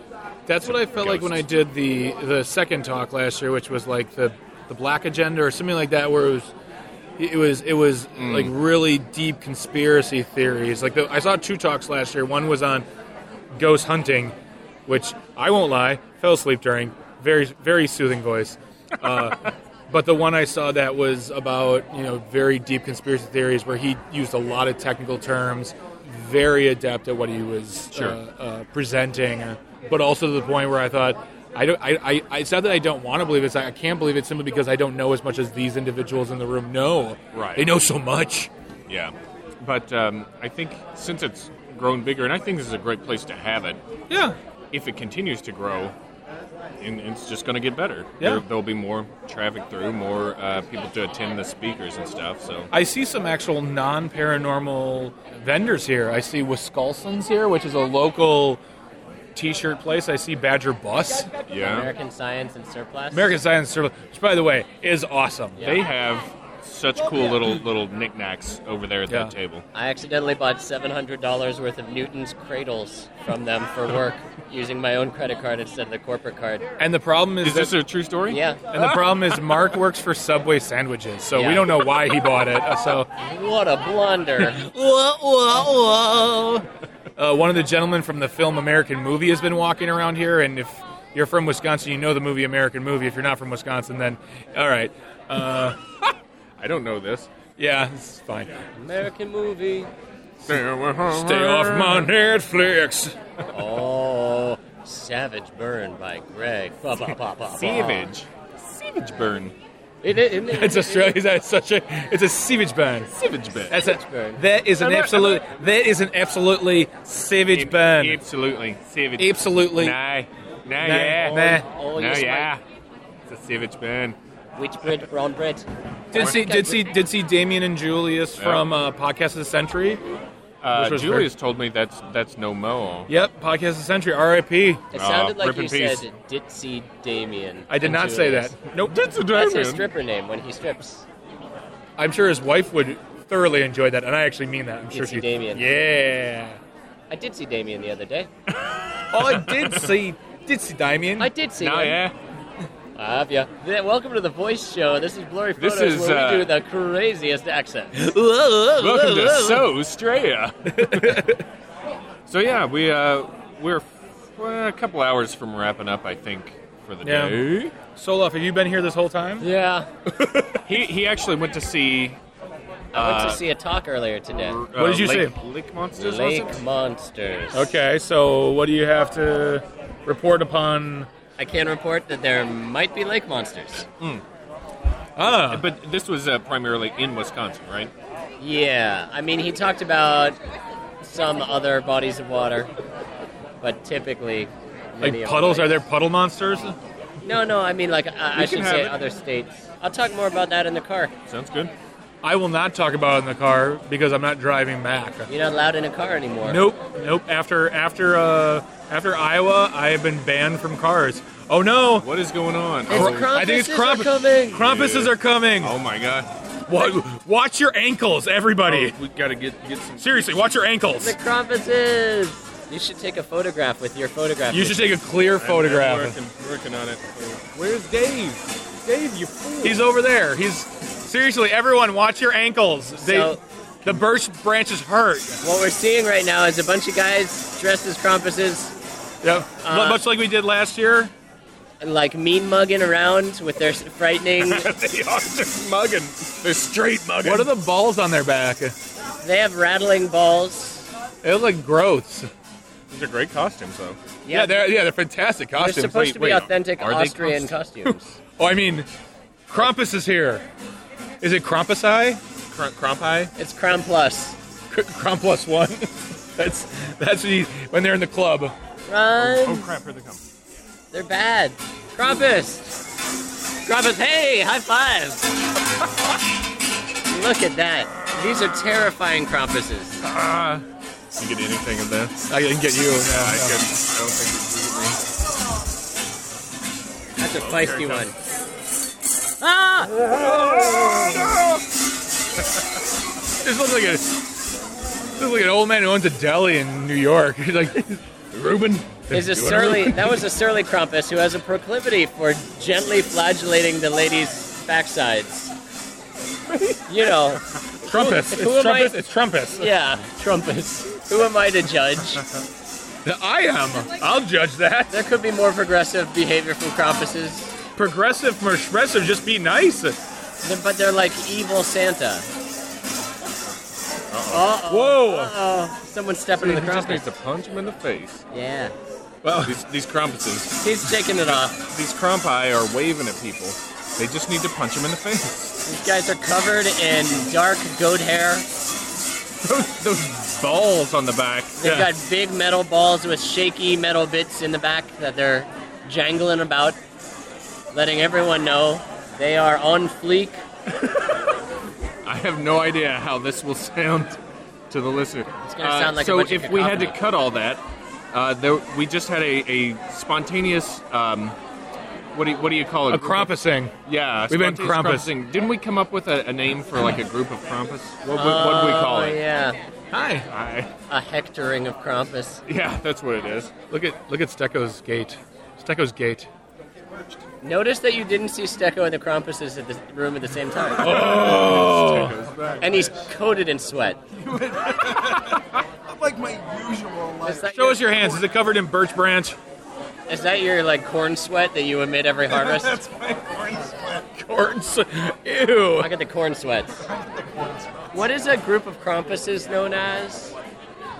That's what I felt like when I did the the second talk last year, which was like the the Black Agenda or something like that, where it was it was it was Mm. like really deep conspiracy theories. Like the, I saw two talks last year. One was on ghost hunting, which I won't lie, fell asleep during. Very very soothing voice. Uh, but the one I saw that was about you know very deep conspiracy theories, where he used a lot of technical terms, very adept at what he was Sure. uh, uh, presenting, or, but also to the point where I thought. I don't. I, I, I. It's not that I don't want to believe it. it's I can't believe it simply because I don't know as much as these individuals in the room know. Right. They know so much. Yeah, but um, I think since it's grown bigger, and I think this is a great place to have it. Yeah. If it continues to grow, and it's just going to get better. Yeah. There, there'll be more traffic through, more uh, people to attend the speakers and stuff. So I see some actual non paranormal vendors here. I see Wisconsin's here, which is a local t shirt place. I see Badger Bus. yeah, American Science and Surplus. American Science Service, which, by the way, is awesome. they have such cool little little knickknacks over there at that Yeah. table. I accidentally bought seven hundred dollars worth of Newton's cradles from them for work using my own credit card instead of the corporate card. And the problem is, Is this that- a true story? Yeah. and the problem is Mark works for Subway sandwiches, so Yeah. we don't know why he bought it. So What a blunder. uh, one of the gentlemen from the film American Movie has been walking around here, and if you're from Wisconsin, you know the movie American Movie. If you're not from Wisconsin, then all right, uh, I don't know this. yeah, it's fine. American movie. Stay Stay off my Netflix. Oh, Savage Burn by Greg. Ba, ba, ba, ba, ba. Savage. Savage burn. It- it- it- It's Australia. That's such a. It's a savage burn. Savage burn. That's a. That is an absolute. That is an absolutely savage burn. Absolutely. Savage. Absolutely. Nah. Nah, nah. yeah. Oh, nah, yes, yeah. It's a savage burn. Witch bread, brown bread. Did see did see did see Damien and Julius from uh, Podcast of the Century. Uh, Which was Julius told me that's that's no mo. Yep, Podcast of the Century. R.I.P. It Ah, sounded like rip you in peace. said Ditsy Damien. I did and not say Julius. that. Nope. That's That's his stripper name when he strips. I'm sure his wife would thoroughly enjoy that, and I actually mean that. I'm sure Ditsy she. Damien. Yeah. I did see Damien the other day. Oh, I did see. Did see Damien? I did see Nah, him. yeah. I have ya. Th- Welcome to the Voice Show. This is Blurry This Photos is, where uh, we do the craziest accents. Welcome to So Australia. so yeah, we uh, we're uh, a couple hours from wrapping up, I think, for the Yeah. day. Soloff, have you been here this whole time? yeah. He he actually went to see. I went Uh, to see a talk earlier today. Uh, What did you Lake, see? Uh-huh. Lake Monsters. was it? Lake Monsters. Okay, so what do you have to report upon? I can report that there might be lake monsters. Ah, But this was uh, primarily in Wisconsin, right? Yeah. I mean, he talked about some other bodies of water, but typically. many like of puddles. them- Are there puddle monsters? No, no. I mean, like I, I We can should have say it. other states. I'll talk more about that in the car. Sounds good. I will not talk about it in the car because I'm not driving back. You're not allowed in a car anymore. Nope, nope. After after uh, after Iowa, I have been banned from cars. Oh no! What is going on? It's Oh, I think it's Crompuses are Krampus. coming. Crompuses are coming. oh my god! Oh. Wa- Watch your ankles, everybody. we gotta get get some. Seriously, watch your The ankles. Crompuses. You should take a photograph with your photograph. You should take a clear photograph. Working, working on it. Where's Dave? Dave, you fool! He's over there. He's seriously, everyone, watch your ankles. They, So- the birch branches hurt. What we're seeing right now is a bunch of guys dressed as Crompuses, Yep. Uh, Mu- Much like we did last year. like mean mugging around with their s- frightening. they are just mugging. They're straight mugging. What are the balls on their back? They they have rattling balls. look like growths. These are great costumes, though. Yeah, they're yeah they're fantastic they're costumes. supposed Wait, to be wait. authentic Are they Austrian costumes. Oh, I mean, Krampus is here. Is it Krampus Eye? Cr- crump eye? it's Crom Plus. Kr- Krom plus one. that's that's when, you, when they're in the club. Oh, Run! crap, here they come. They're bad. Krampus! Krampus, hey! High five! Look at that. These are terrifying Krampuses. You get anything of this? I can get you. I, Yeah. could, I don't think That's Oh, a feisty one. Ah! This looks like a this looks like an old man who owns a deli in New York. He's like, Reuben. Is a You wanna- surly. That was a surly Krampus who has a proclivity for gently flagellating the ladies backsides. You know, Trumpus. It's Who am I- Trumpus. It's Trumpus. yeah, Trumpus. Who am I to judge? I am. I'll judge that. There could be more progressive behavior from Crumpuses, Progressive, more expressive, just be nice. They're- but they're like evil Santa. Whoa. Oh, someone's stepping in the He just needs Crumpus. to punch him in the face. Yeah, Well, These these crumpuses, he's taking it off. these crumpi are waving at people. They just need to punch him in the face. These guys are covered in dark goat hair. Those, those balls on the back. They've got big metal balls with shaky metal bits in the back that they're jangling about, letting everyone know they are on fleek. I have no idea how this will sound to the listener. It's gonna sound like a so. bunch of if we had to cacophony. cut all that, uh, there, we just had a, a spontaneous. Um, what do you, what do you call it? a Crumpusing. Yeah, We've been spontaneous Krampus. crumpusing. Didn't we come up with a, a name for like a group of Krampus? What, what, what do we call Oh it? yeah, Hi. I, a hectoring of Krampus. yeah, that's what it is. Look at look at Stecco's gate. Stecco's gate. Notice that you didn't see Stecco and the Krampuses at the room at the same time, Oh, and he's coated in sweat. Not like my usual Is life. that, Show your, us your hands. Is it covered in birch branch? is that your like corn sweat that you emit every harvest? That's my corn sweat. Corns. Ew. Look at the corn sweats. What is a group of Krampuses known as?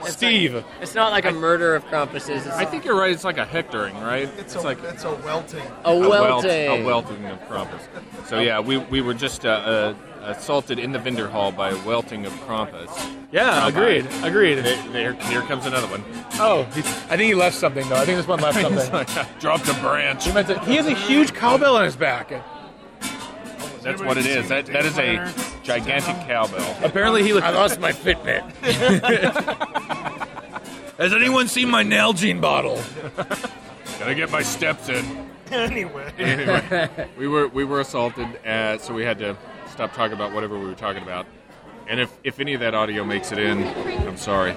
Steve. It's not like a murder of Krampuses. It's I think you're right. It's like a hectoring, right? It's, a, like it's a welting. a a welt- welting. a welting of Krampus. So yeah, we, we were just uh, uh, assaulted in the vendor hall by a welting of Krampus. Yeah, agreed. Agreed. There, there, here comes another one. Oh, he's, I think he left something though. I think this one left something. Dropped a branch. He, meant to- he has a huge cowbell on his back. That's what it is. That, that is a gigantic cowbell. Apparently he looked. lost my Fitbit. Has anyone seen my Nalgene bottle? Gotta get my steps in. Anyway, We were we were assaulted, uh, so we had to stop talking about whatever we were talking about. And if, if any of that audio makes it in, I'm sorry.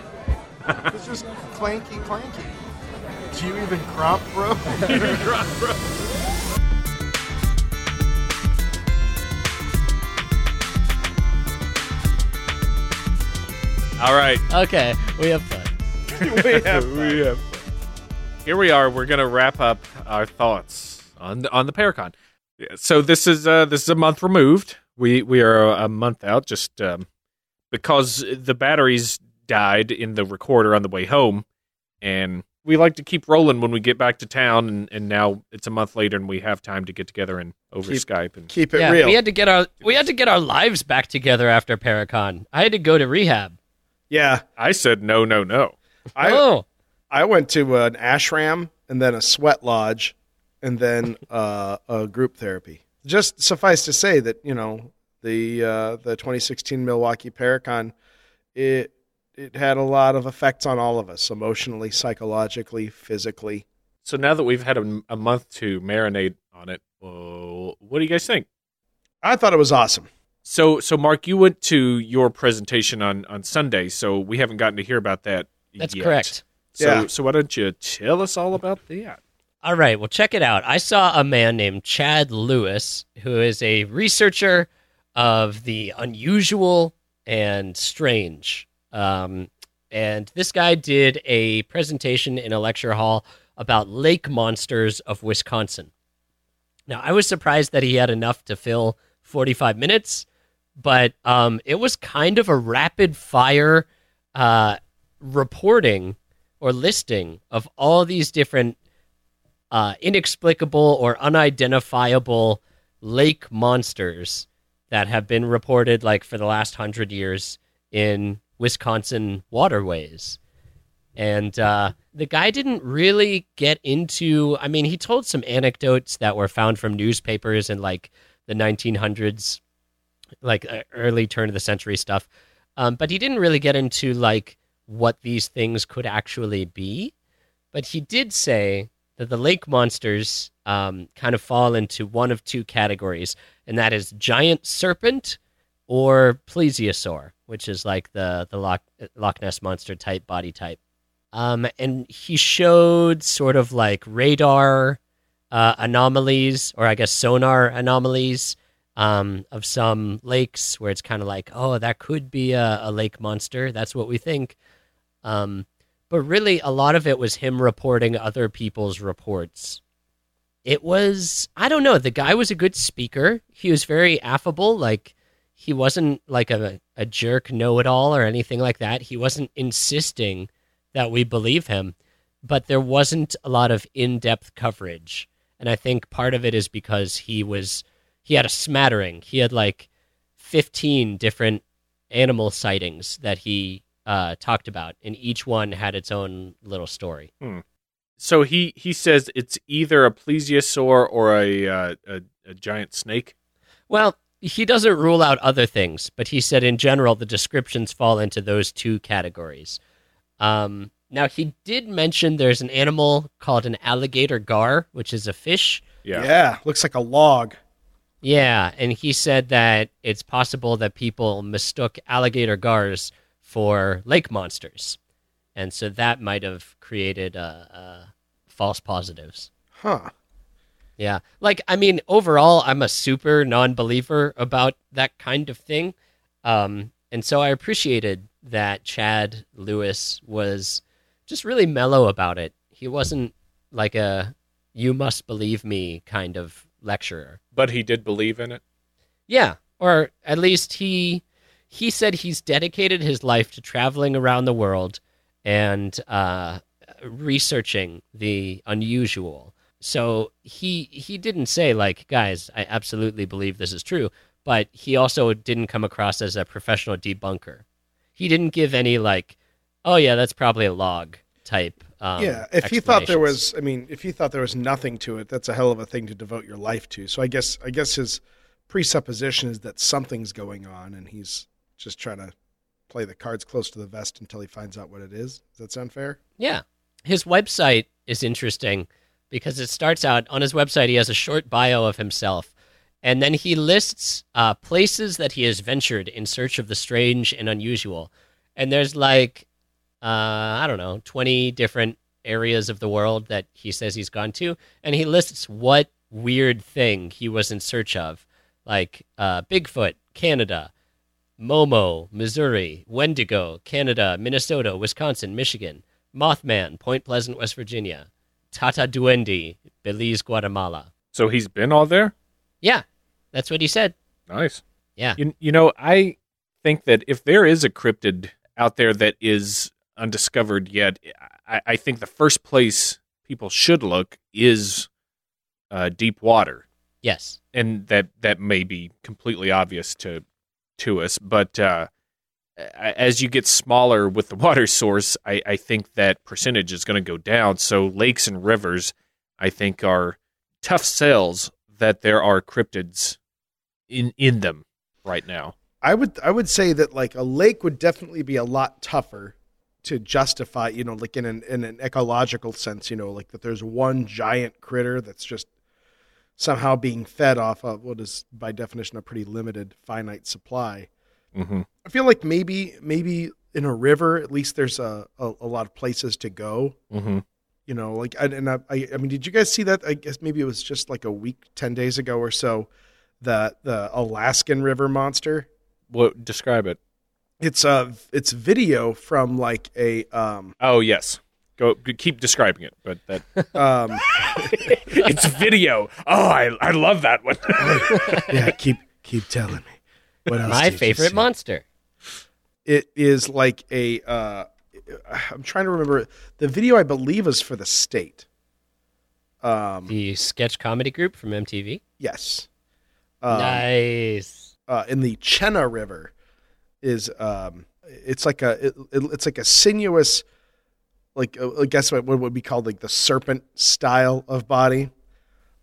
it's just clanky, clanky. Do you even crop, bro? All right. Okay, we have fun. Here we are. We're gonna wrap up our thoughts on the, on the Paracon. Yeah, So this is uh, this is a month removed. We we are a a month out just um, because the batteries died in the recorder on the way home, and we like to keep rolling when we get back to town. And, and now it's a month later, and we have time to get together and over Keep- Skype and Keep it yeah, real. we had to get our we had to get our lives back together after Paracon. I had to go to rehab. yeah. I said no, no, no. I, oh, I went to an ashram and then a sweat lodge and then uh, a group therapy. Just suffice to say that, you know, the uh, the 2016 Milwaukee Paracon, it it had a lot of effects on all of us emotionally, psychologically, physically. So now that we've had a, a month to marinate on it, uh, what do you guys think? I thought it was awesome. So so Mark, you went to your presentation on on Sunday, so we haven't gotten to hear about that. that's yet. correct. So Yeah. so why don't you tell us all about that? All right, well, check it out. I saw a man named Chad Lewis, who is a researcher of the unusual and strange. Um, and this guy did a presentation in a lecture hall about lake monsters of Wisconsin. Now, I was surprised that he had enough to fill 45 minutes, but um, it was kind of a rapid fire uh, reporting or listing of all these different uh, inexplicable or unidentifiable lake monsters that have been reported like for the last hundred years in Wisconsin waterways. And uh, the guy didn't really get into, I mean, he told some anecdotes that were found from newspapers and like the 1900s, like uh, early turn of the century stuff. Um, but he didn't really get into like what these things could actually be. But he did say that the lake monsters um, kind of fall into one of two categories, and that is giant serpent or plesiosaur, which is like the the Loch, Loch Ness monster type body type. Um, and he showed sort of like radar uh, anomalies, or I guess sonar anomalies, um, of some lakes where it's kind of like, oh, that could be a, a lake monster. That's what we think. Um, but really, a lot of it was him reporting other people's reports. It was, I don't know, the guy was a good speaker. He was very affable. Like, he wasn't like a, a jerk know it all or anything like that. He wasn't insisting that we believe him, but there wasn't a lot of in depth coverage. And I think part of it is because he was, he had a smattering. He had like 15 different animal sightings that he uh, talked about, and each one had its own little story. So he he says it's either a plesiosaur or a uh, a, a giant snake. Well, he doesn't rule out other things, but he said in general the descriptions fall into those two categories. Um, now he did mention there's an animal called an alligator gar, which is a fish. Yeah. Yeah, looks like a log. Yeah, and he said that it's possible that people mistook alligator gars for lake monsters, and so that might have created uh, uh, false positives. Huh. Yeah. Like, I mean, overall, I'm a super non believer about that kind of thing. Um, and so I appreciated that Chad Lewis was just really mellow about it. He wasn't like a you must believe me kind of lecturer. But he did believe in it. Yeah, or at least he he said he's dedicated his life to traveling around the world and uh, researching the unusual. So he he didn't say like, guys, I absolutely believe this is true, but he also didn't come across as a professional debunker. He didn't give any like, oh yeah, that's probably a log type. Um, yeah, if he thought there explanations. was, I mean, if he thought there was nothing to it, that's a hell of a thing to devote your life to. So I guess, I guess his presupposition is that something's going on, and he's just trying to play the cards close to the vest until he finds out what it is. Does that sound fair? Yeah. His website is interesting because it starts out on his website, he has a short bio of himself. And then he lists uh, places that he has ventured in search of the strange and unusual. And there's like, uh, I don't know, 20 different areas of the world that he says he's gone to. And he lists what weird thing he was in search of, like uh, Bigfoot, Canada, Momo, Missouri, Wendigo, Canada, Minnesota, Wisconsin, Michigan, Mothman, Point Pleasant, West Virginia, Tata Duende, Belize, Guatemala. So he's been all there. Yeah, that's what he said. Nice. Yeah. You, you know, I think that if there is a cryptid out there that is undiscovered yet, I, I think the first place people should look is uh, deep water, Yes. and that that may be completely obvious to to us. But uh, a- as you get smaller with the water source, I, I think that percentage is going to go down. So lakes and rivers, I think, are tough sells that there are cryptids in in them right now. I would I would say that like a lake would definitely be a lot tougher to justify, you know, like in an in an ecological sense, you know, like that there's one giant critter that's just somehow being fed off of what is by definition a pretty limited finite supply. Mm-hmm. I feel like maybe maybe in a river at least there's a a, a lot of places to go. Mm-hmm. You know, like I, and I, I I mean, did you guys see that? I guess maybe it was just like a week, ten days ago or so, the the Alaskan river monster. What describe it? it's a it's video from like a um Oh yes. Go g- keep describing it, but that um it's video. Oh, I I love that one. yeah keep keep telling me what else My did you favorite see? monster. it is like a uh i'm trying to remember the video i believe is for the state um The sketch comedy group from MTV. yes um, nice. uh, in the Chena River is um, it's like a it, it- it's like a sinuous like uh, I guess what what would be called like the serpent style of body.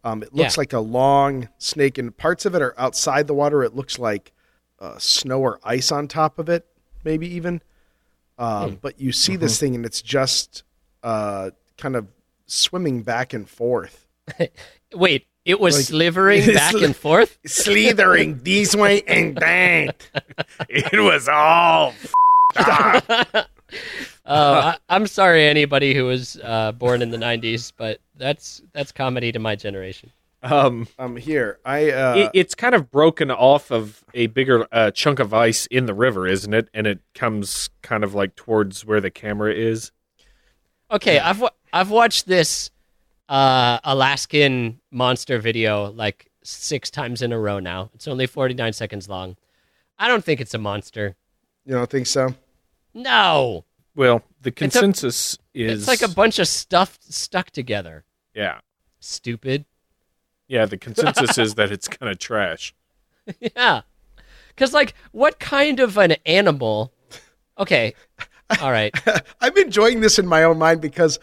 Um, it looks Yeah. like a long snake, and parts of it are outside the water. It looks like uh, snow or ice on top of it, maybe even. Um, But you see this thing, and it's just uh, kind of swimming back and forth, Wait, it was Like- slivering back and forth? slithering this way and that. it was all Uh, I, I'm sorry, anybody who was uh, born in the 90s, but that's that's comedy to my generation. Um, Um, here I uh, it, it's kind of broken off of a bigger uh, chunk of ice in the river, isn't it? And it comes kind of like towards where the camera is. Okay, I've wa- I've watched this uh, Alaskan monster video like six times in a row now. It's only forty nine seconds long. I don't think it's a monster. you don't think so? No, Well, the It's a- consensus it's is like a bunch of stuff stuck together. yeah, Stupid. yeah. The consensus is that it's kind of trash. Yeah. Because, like, what kind of an animal? Okay. All right. I'm enjoying this in my own mind because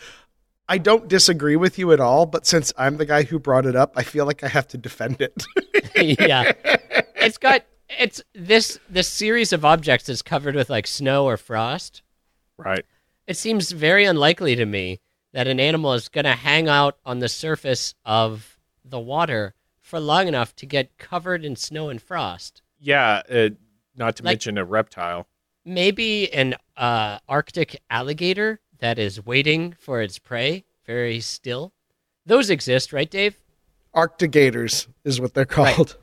I don't disagree with you at all. But since I'm the guy who brought it up, I feel like I have to defend it. yeah. It's got, it's this, this series of objects is covered with, like, snow or frost. Right. It seems very unlikely to me that an animal is going to hang out on the surface of the water for long enough to get covered in snow and frost. Yeah. Uh, not to Like- mention a reptile. maybe an uh, Arctic alligator that is waiting for its prey, very still. Those exist, right, Dave? Arctigators is what they're called.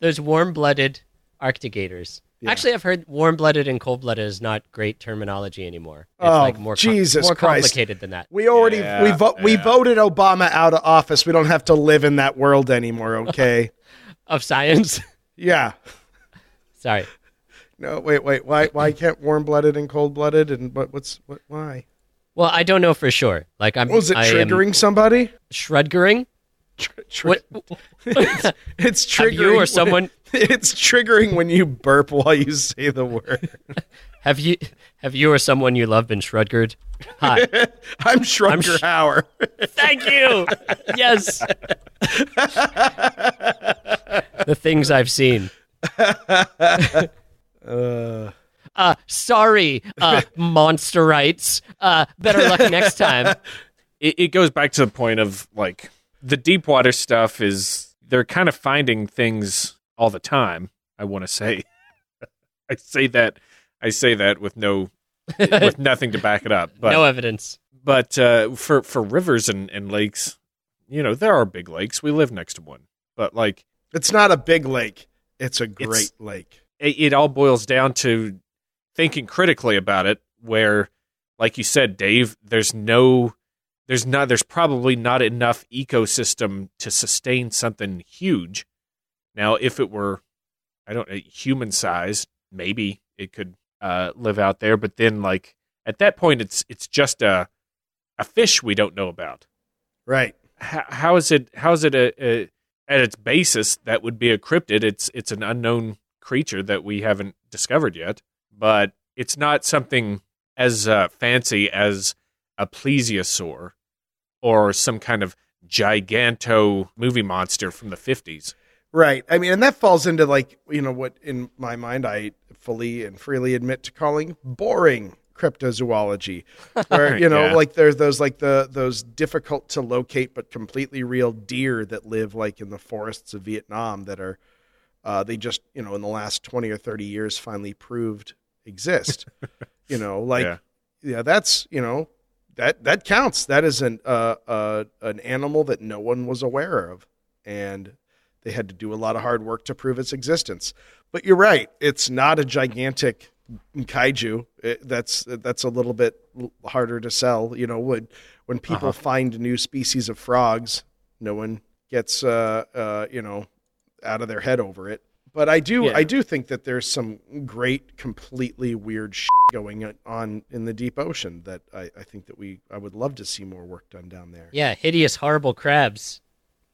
Those warm-blooded Arctigators. Actually, I've heard warm-blooded and cold-blooded is not great terminology anymore. It's Oh, like more com- Jesus more Christ. complicated than that. We already Yeah, we vo- we yeah. voted Obama out of office. We don't have to live in that world anymore. Okay. Of science. yeah. Sorry. No. Wait. Wait. Why? Why can't warm blooded and cold blooded and what? What's what? Why? Well, I don't know for sure. Like I'm Was it I am triggering somebody? Schrödingering? Tr- tr- What It's have triggering you or when- someone It's triggering when you burp while you say the word. have you have you or someone you love been Schrödingered? Hi. I'm Schrodinger sh- Hauer. Thank you. Yes. the things I've seen. uh, sorry, uh, monsterites. Uh, better luck next time. it, it goes back to the point of like the deep water stuff is they're kind of finding things all the time i want to say i say that i say that with no with nothing to back it up but no evidence. but uh for for rivers and and lakes you know there are big lakes we live next to one but like It's not a big lake. It's a great It's- lake. it, it all boils down to thinking critically about it where like you said dave there's no there's not there's probably not enough ecosystem to sustain something huge now if it were i don't know human size maybe it could uh, live out there but then like at that point it's it's just a a fish we don't know about Right. how, how is it how is it a, a at its basis that would be a cryptid it's it's an unknown creature that we haven't discovered yet but it's not something as uh, fancy as a plesiosaur or some kind of giganto movie monster from the 50s Right. I mean, and that falls into like, you know, what in my mind I fully and freely admit to calling boring cryptozoology. Where, you know, Yeah. like there's those like the those difficult to locate but completely real deer that live like in the forests of Vietnam that are uh, they just, you know, in the last 20 or 30 years finally proved exist. you know, like Yeah. yeah. that's, you know, that that counts. That is an uh, uh an animal that no one was aware of. And they had to do a lot of hard work to prove its existence. But you're right; it's not a gigantic kaiju. It, that's that's a little bit l- harder to sell. You know, when when people find new species of frogs, no one gets uh, uh, you know out of their head over it. But I do Yeah. I do think that there's some great, completely weird shit going on in the deep ocean that I, I think that we I would love to see more work done down there. Yeah, hideous, horrible crabs.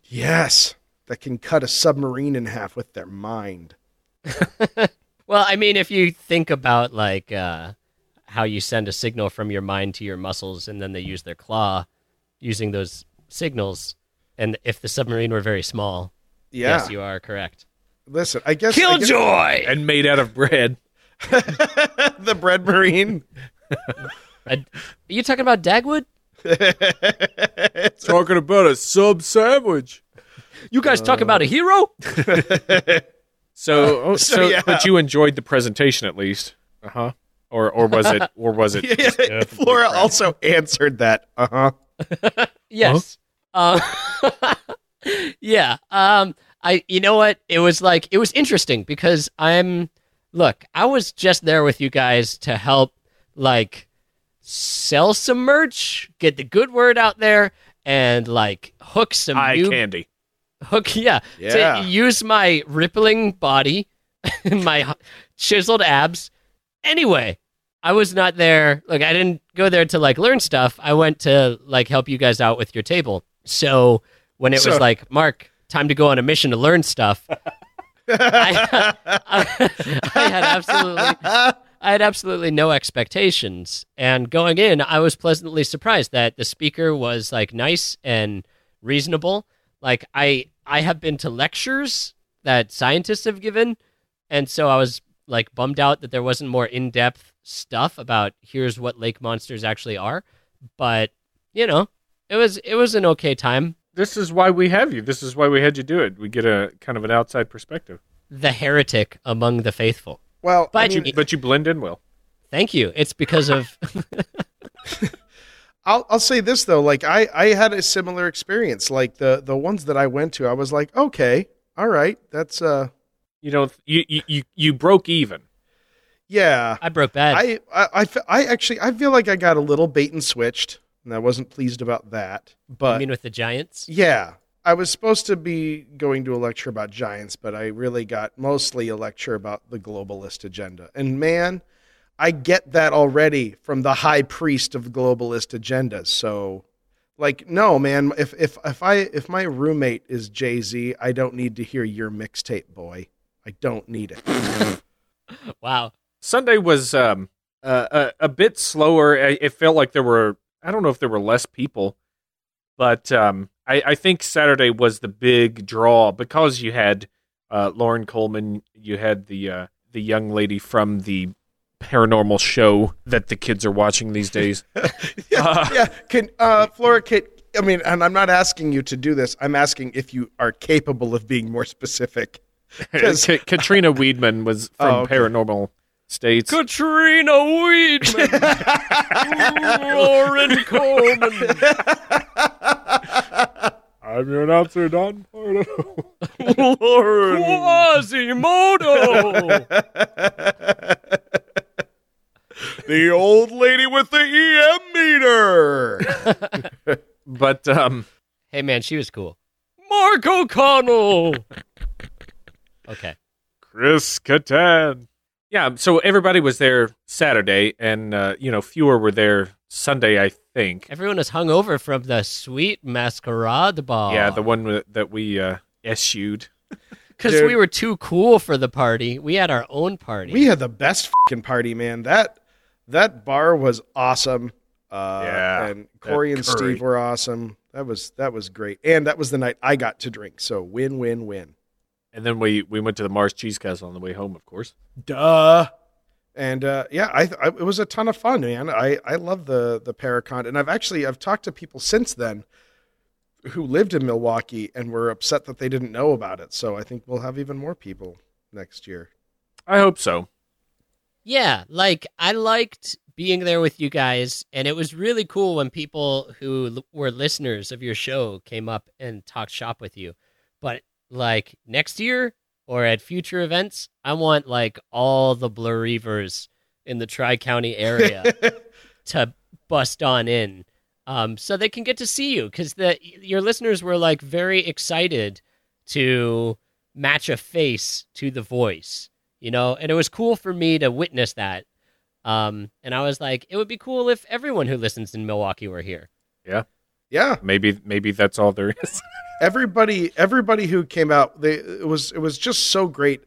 Yes, that can cut a submarine in half with their mind. Well, I mean, if you think about like uh, how you send a signal from your mind to your muscles, and then they use their claw using those signals, and if the submarine were very small, Yeah. yes, you are correct. Listen, I guess I guess- Killjoy, and made out of bread the bread marine. A- Are you talking about Dagwood? talking about a sub sandwich You guys talking about a hero? so, oh, so, yeah. but you enjoyed the presentation at least uh-huh or or was it or was it Yeah, Flora also answered that. Uh huh. Yes. Uh, yeah. Um I you know what? It was like it was interesting because I'm look, I was just there with you guys to help like sell some merch, get the good word out there and like hook some Eye new candy. hook yeah, Yeah. to use my rippling body and my h- chiseled abs anyway i was not there like i didn't go there to like learn stuff i went to like help you guys out with your table so when it So- was like mark time to go on a mission to learn stuff I, I had absolutely I had absolutely no expectations. And going in, I was pleasantly surprised that the speaker was like nice and reasonable. Like I I have been to lectures that scientists have given, and so I was like bummed out that there wasn't more in-depth stuff about here's what lake monsters actually are. But, you know, it was it was an okay time. This is why we have you. This is why we had you do it. We get a kind of an outside perspective. The heretic among the faithful. Well, I But mean, you, But you blend in well. thank you. It's because of I'll I'll say this though, like I I had a similar experience. Like the the ones that I went to, I was like, okay, all right, that's uh, You don't. You you you, you broke even. yeah. I broke bad. I, I, I fe- I actually I feel like I got a little bait and switched, and I wasn't pleased about that. But I mean with the giants. yeah, I was supposed to be going to a lecture about giants, but I really got mostly a lecture about the globalist agenda. And man, I get that already from the high priest of globalist agendas. So, like, no, man, if if if I if my roommate is Jay Z, I don't need to hear your mixtape, boy. I don't need it. Wow. Sunday was um, uh, a, a bit slower. I- It felt like there were, I don't know if there were less people, but um, I, I think Saturday was the big draw because you had uh, Lauren Coleman, you had the uh, the young lady from the paranormal show that the kids are watching these days. yeah, Uh. yeah. Can uh, Flora Kit? I mean, and I'm not asking you to do this. I'm asking if you are capable of being more specific. Yes. Ka- Katrina Weedman was from Oh, okay. Paranormal States. Katrina Weedman, Lauren Coleman. I'm your announcer, Don Pardo. Quasimodo. The old lady with the EM meter. But um, Hey man, she was cool. Mark O'Connell. okay. Chris Catan. Yeah, so everybody was there Saturday, and uh, you know fewer were there Sunday, I think. Everyone is hungover from the sweet masquerade ball. Yeah, the one wi- that we uh, eschewed. because Dude. we were too cool for the party. We had our own party. We had the best fing party, man. That that bar was awesome. Uh, Yeah, and Corey and curry. Steve were awesome. That was that was great, and that was the night I got to drink. So win, win, win. And then we, we went to the Mars Cheese Castle on the way home, of course. Duh. And uh, yeah, I, I it was a ton of fun, man. I I love the the Paracon, and I've actually I've talked to people since then who lived in Milwaukee and were upset that they didn't know about it. So I think we'll have even more people next year. I hope so. Yeah, like I liked being there with you guys, and it was really cool when people who l- were listeners of your show came up and talked shop with you. But like next year or at future events, I want like all the Blurreavers in the Tri County area to bust on in, um, so they can get to see you because the your listeners were like very excited to match a face to the voice you know and it was cool for me to witness that um and i was like it would be cool if everyone who listens in milwaukee were here Yeah, Maybe maybe that's all there is. everybody everybody who came out they it was it was just so great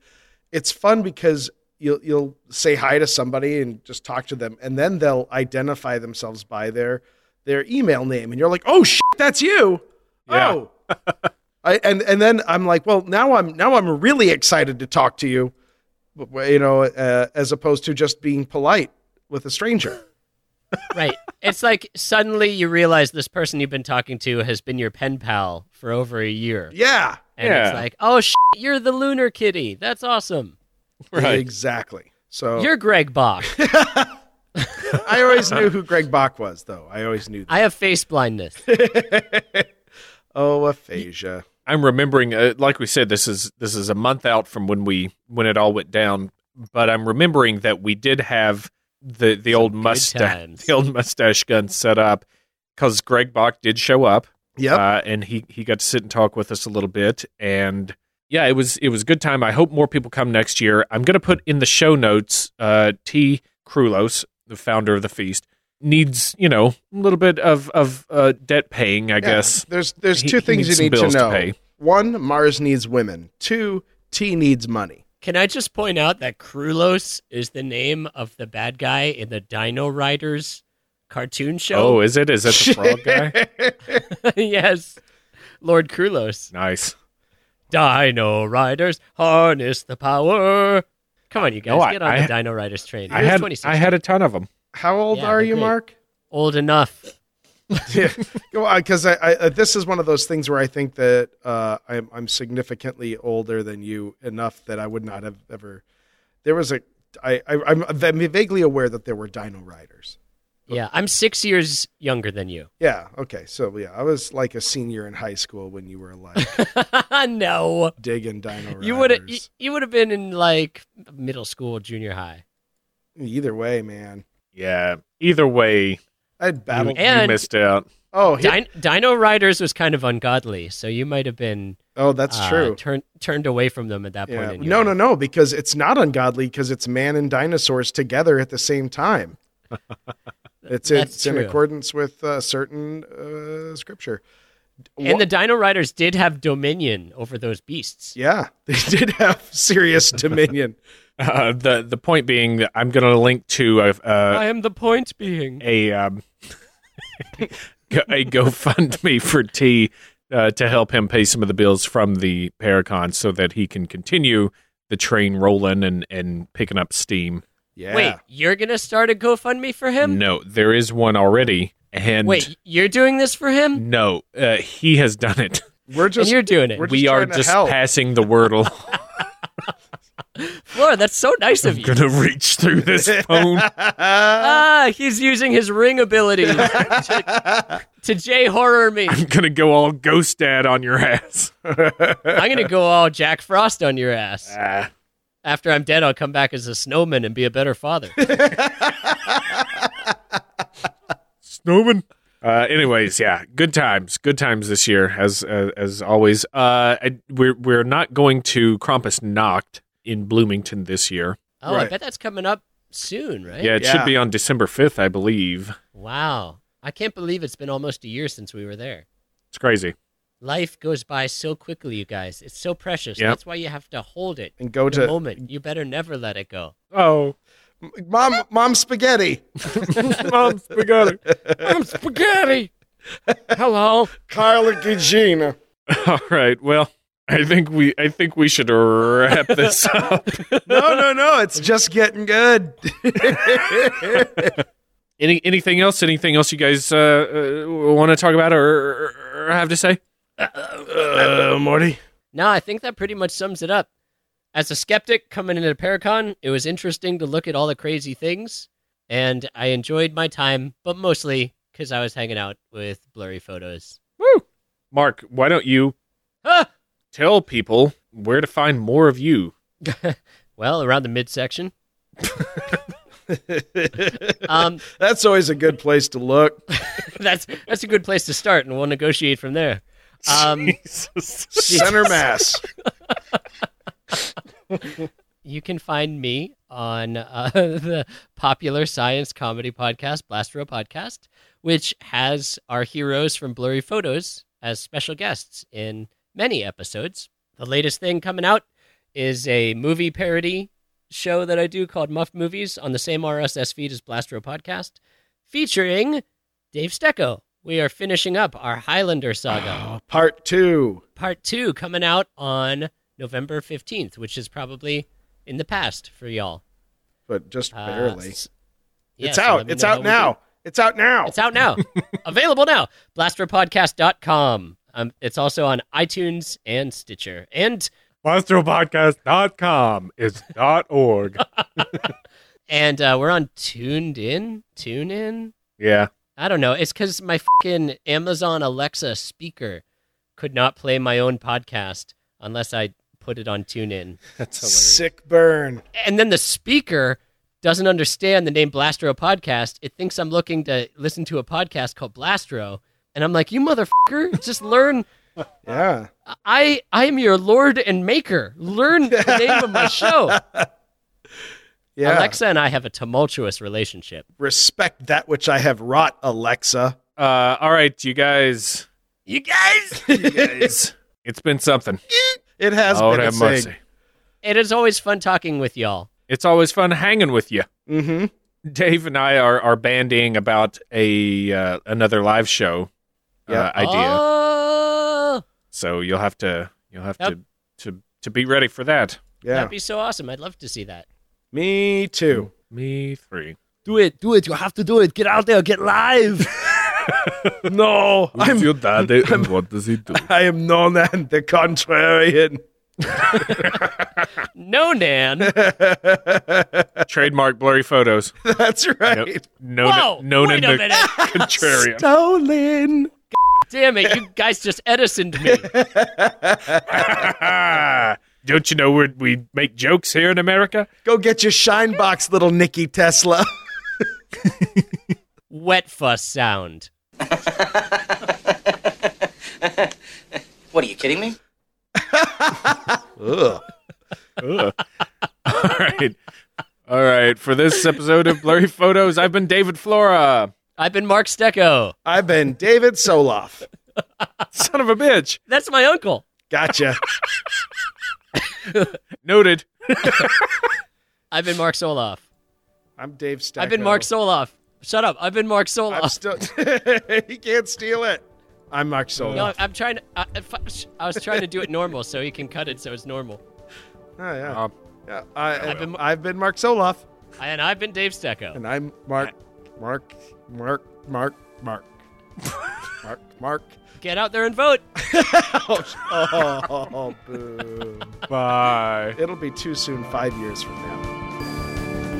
it's fun because you'll you'll say hi to somebody and just talk to them and then they'll identify themselves by their their email name and you're like oh shit, that's you Yeah. oh I, and and then i'm like well now i'm now i'm really excited to talk to you But, well, you know uh, as opposed to just being polite with a stranger right it's like suddenly you realize this person you've been talking to has been your pen pal for over a year yeah and it's Yeah. like oh sh- you're the lunar kitty that's awesome exactly so you're greg bach i always knew who greg bach was though i always knew that. i have face blindness oh, aphasia. I'm remembering, uh, like we said, this is this is a month out from when we when it all went down. But I'm remembering that we did have the the old mustache times. the old mustache gun set up because Greg Bach did show up. Yep. uh, and he he got to sit and talk with us a little bit, and yeah, it was it was a good time. I hope more people come next year. I'm gonna put in the show notes. Uh, T. Krulos, the founder of the feast, needs you know a little bit of of uh, debt paying, I Yeah, guess. There's there's He- two he needs things you some need to bills to know. pay. One, Mars needs women. Two, T needs money. Can I just point out that Krulos is the name of the bad guy in the Dino Riders cartoon Oh, show? is it? Is that the frog guy? yes. Lord Krulos. Nice. Dino Riders, harness the power. Come on, you guys, No, I- get on I- the Dino Riders train. I You're had 26, I had a ton of them. How old Yeah, are they're you, great. Mark? old enough. Because I, I, uh, this is one of those things where I think that uh, I'm, I'm significantly older than you enough that I would not have ever. There was a. I, I, I'm I'm vaguely aware that there were Dino Riders. Yeah, I'm six years younger than you. Yeah. Okay. So yeah, I was like a senior in high school when you were like no, digging Dino Riders. you would have you, you would have been in like middle school, junior high. Either way, man. Yeah. Either way, I'd battle. And- you missed out. Oh, he, Din- Dino Riders was kind of ungodly, so you might have been oh, that's uh, true. Turned turned away from them at that point. Yeah. in your No, no, life. no, because it's not ungodly because it's man and dinosaurs together at the same time. it's That's it's in true. accordance with uh, certain uh, scripture. And the Wha- Dino Riders did have dominion over those beasts. yeah, they did have serious dominion. Uh, the the point being, that I'm going to link to a a, I am the point being. a, um, a GoFundMe for T uh, to help him pay some of the bills from the Paracon so that he can continue the train rolling and and picking up steam. Yeah. Wait, you're gonna start a GoFundMe for him? No, there is one already, and Um, Wait, you're doing this for him? no, uh, he has done it. we're just and you're doing it. we're we just are trying to just help. passing the word along. Laura, that's so nice of I'm you. gonna reach through this phone. Ah, he's using his ring ability to, to J horror me. I'm gonna go all ghost dad on your ass. I'm gonna go all Jack Frost on your ass. After I'm dead, I'll come back as a snowman and be a better father. Oh, Snowman. Uh, anyways, yeah, good times, good times this year as as, as always. Uh, I, we're we're not going to Krampus Knocked in Bloomington this year. Oh, I Right. bet that's coming up soon, right? Yeah, it Yeah. should be on December fifth, I believe. Wow. I can't believe it's been almost a year since we were there. It's crazy. Life goes by so quickly, you guys. It's so precious. Yep. That's why you have to hold it. and go The to moment. You better never let it go. Oh, mom, mom spaghetti. mom, spaghetti. I'm spaghetti. Hello. Kyle and Gugina. All right. Well, I think we I think we should wrap this up. No, no, no. It's just getting good. Any anything else? Anything else you guys uh, uh, want to talk about or, or, or have to say? Uh, Morty. No, I think that pretty much sums it up. As a skeptic coming into Paracon, it was interesting to look at all the crazy things, and I enjoyed my time, but mostly because I was hanging out with blurry photos. Woo. Mark, why don't you Ah! tell people where to find more of you? Well, around the midsection. um, That's always a good place to look. that's that's a good place to start, and we'll negotiate from there. Um, Center mass. you can find me on uh, the popular science comedy podcast, Blastro Podcast, which has our heroes from Blurry Photos as special guests in many episodes. The latest thing coming out is a movie parody show that I do called Muff Movies on the same RSS feed as Blastro Podcast, featuring Dave Stecco. We are finishing up our Highlander saga Oh. Part two. part two coming out on November 15th, which is probably in the past for y'all. but just Uh, barely. s- yeah, it's so let out. me It's know how out we do. now. It's out now. It's out now. Available now. Blasterpodcast.com. Um, it's also on iTunes and Stitcher. And Monstropodcast.com is dot org. and uh, we're on Tuned In. Tune In. yeah. I don't know. It's because my fucking Amazon Alexa speaker could not play my own podcast unless I put it on TuneIn. That's hilarious. Sick burn. And then the speaker doesn't understand the name Blastro podcast. It thinks I'm looking to listen to a podcast called Blastro. And I'm like, you motherfucker, just learn. Uh, Yeah. I I am your lord and maker. Learn the name of my show. Yeah. Alexa and I have a tumultuous relationship. Respect that which I have wrought, Alexa. Uh, all right, you guys. You guys. you guys. It's been something. It has Lord been a Oh, have mercy. thing. It is always fun talking with y'all. It's always fun hanging with you. Mm-hmm. Dave and I are are bandying about a uh, another live show Yeah. uh, idea. Oh, So you'll have to you'll have Yep. to to to be ready for that. Yeah. that'd be so awesome. I'd love to see that. Me too. Me three. Do it, do it. You have to do it. Get out there, get live. No, I'm, your daddy and what does he do? I am known and the contrarian. No, Nan. Trademark blurry photos. That's right. No, Whoa, known wait in a the minute. contrarian. Stolen. Damn it, you guys just Edisoned me. Don't you know we we make jokes here in America? Go get your shine box, little Nikki Tesla. Wet fuss sound. What are you kidding me? All right. All right. For this episode of Blurry Photos, I've been David Flora. I've been Mark Stecco. I've been David Soloff. Son of a bitch. That's my uncle. Gotcha. Noted. I've been Mark Soloff. I'm Dave Stecco. I've been Mark Soloff. Shut up. I've been Mark I'm Soloff. still. he can't steal it. I'm Mark Soloff. no, I'm trying to. I, I fu- sh- I was trying to do it normal so he can cut it so it's normal. Oh, yeah. Um, yeah. I, I've I've, been- been, Mark Soloff, And I've been Dave Stecco. and I'm Mark, Mark, Mark, Mark, Mark, Mark, Mark. Get out there and vote. Oh, boo. Bye. It'll be too soon. Five years from now.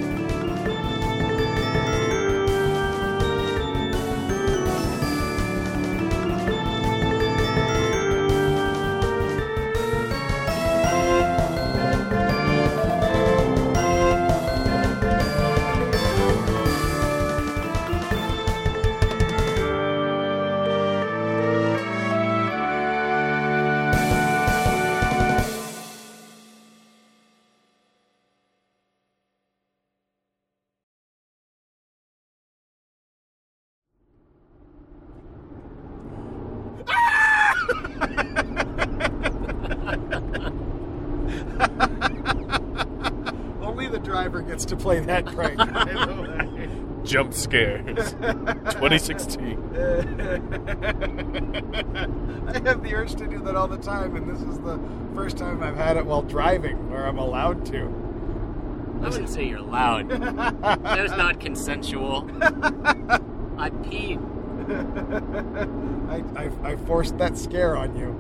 Only the driver gets to play that prank. by the way. Jump scares. 2016. I have the urge to do that all the time, and this is the first time I've had it while driving, where I'm allowed to. I wouldn't say you're loud. that was not consensual. I peed. I, I, I forced that scare on you.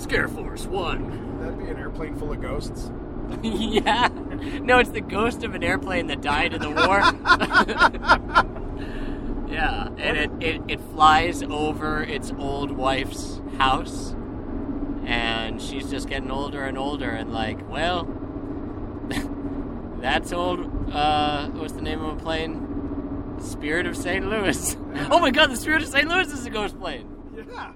Scare Force 1. That'd be an airplane full of ghosts. yeah. No, it's the ghost of an airplane that died in the war. yeah. And it, it, it flies over its old wife's house. And she's just getting older and older and like, well, that's old. Uh, what's the name of a plane? Spirit of St. Louis. oh my god, the Spirit of St. Louis is a ghost plane. Yeah.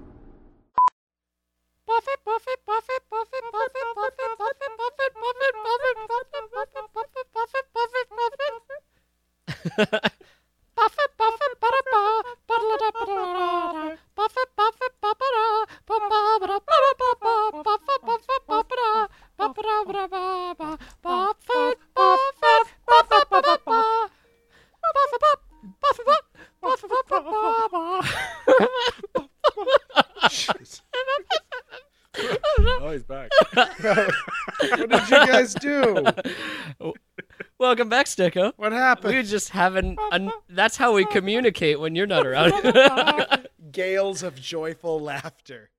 Oh, he's back. What did you guys do? Welcome back, Stecco. What happened? We were just having. An, that's how we communicate when you're not around. Gales of joyful laughter.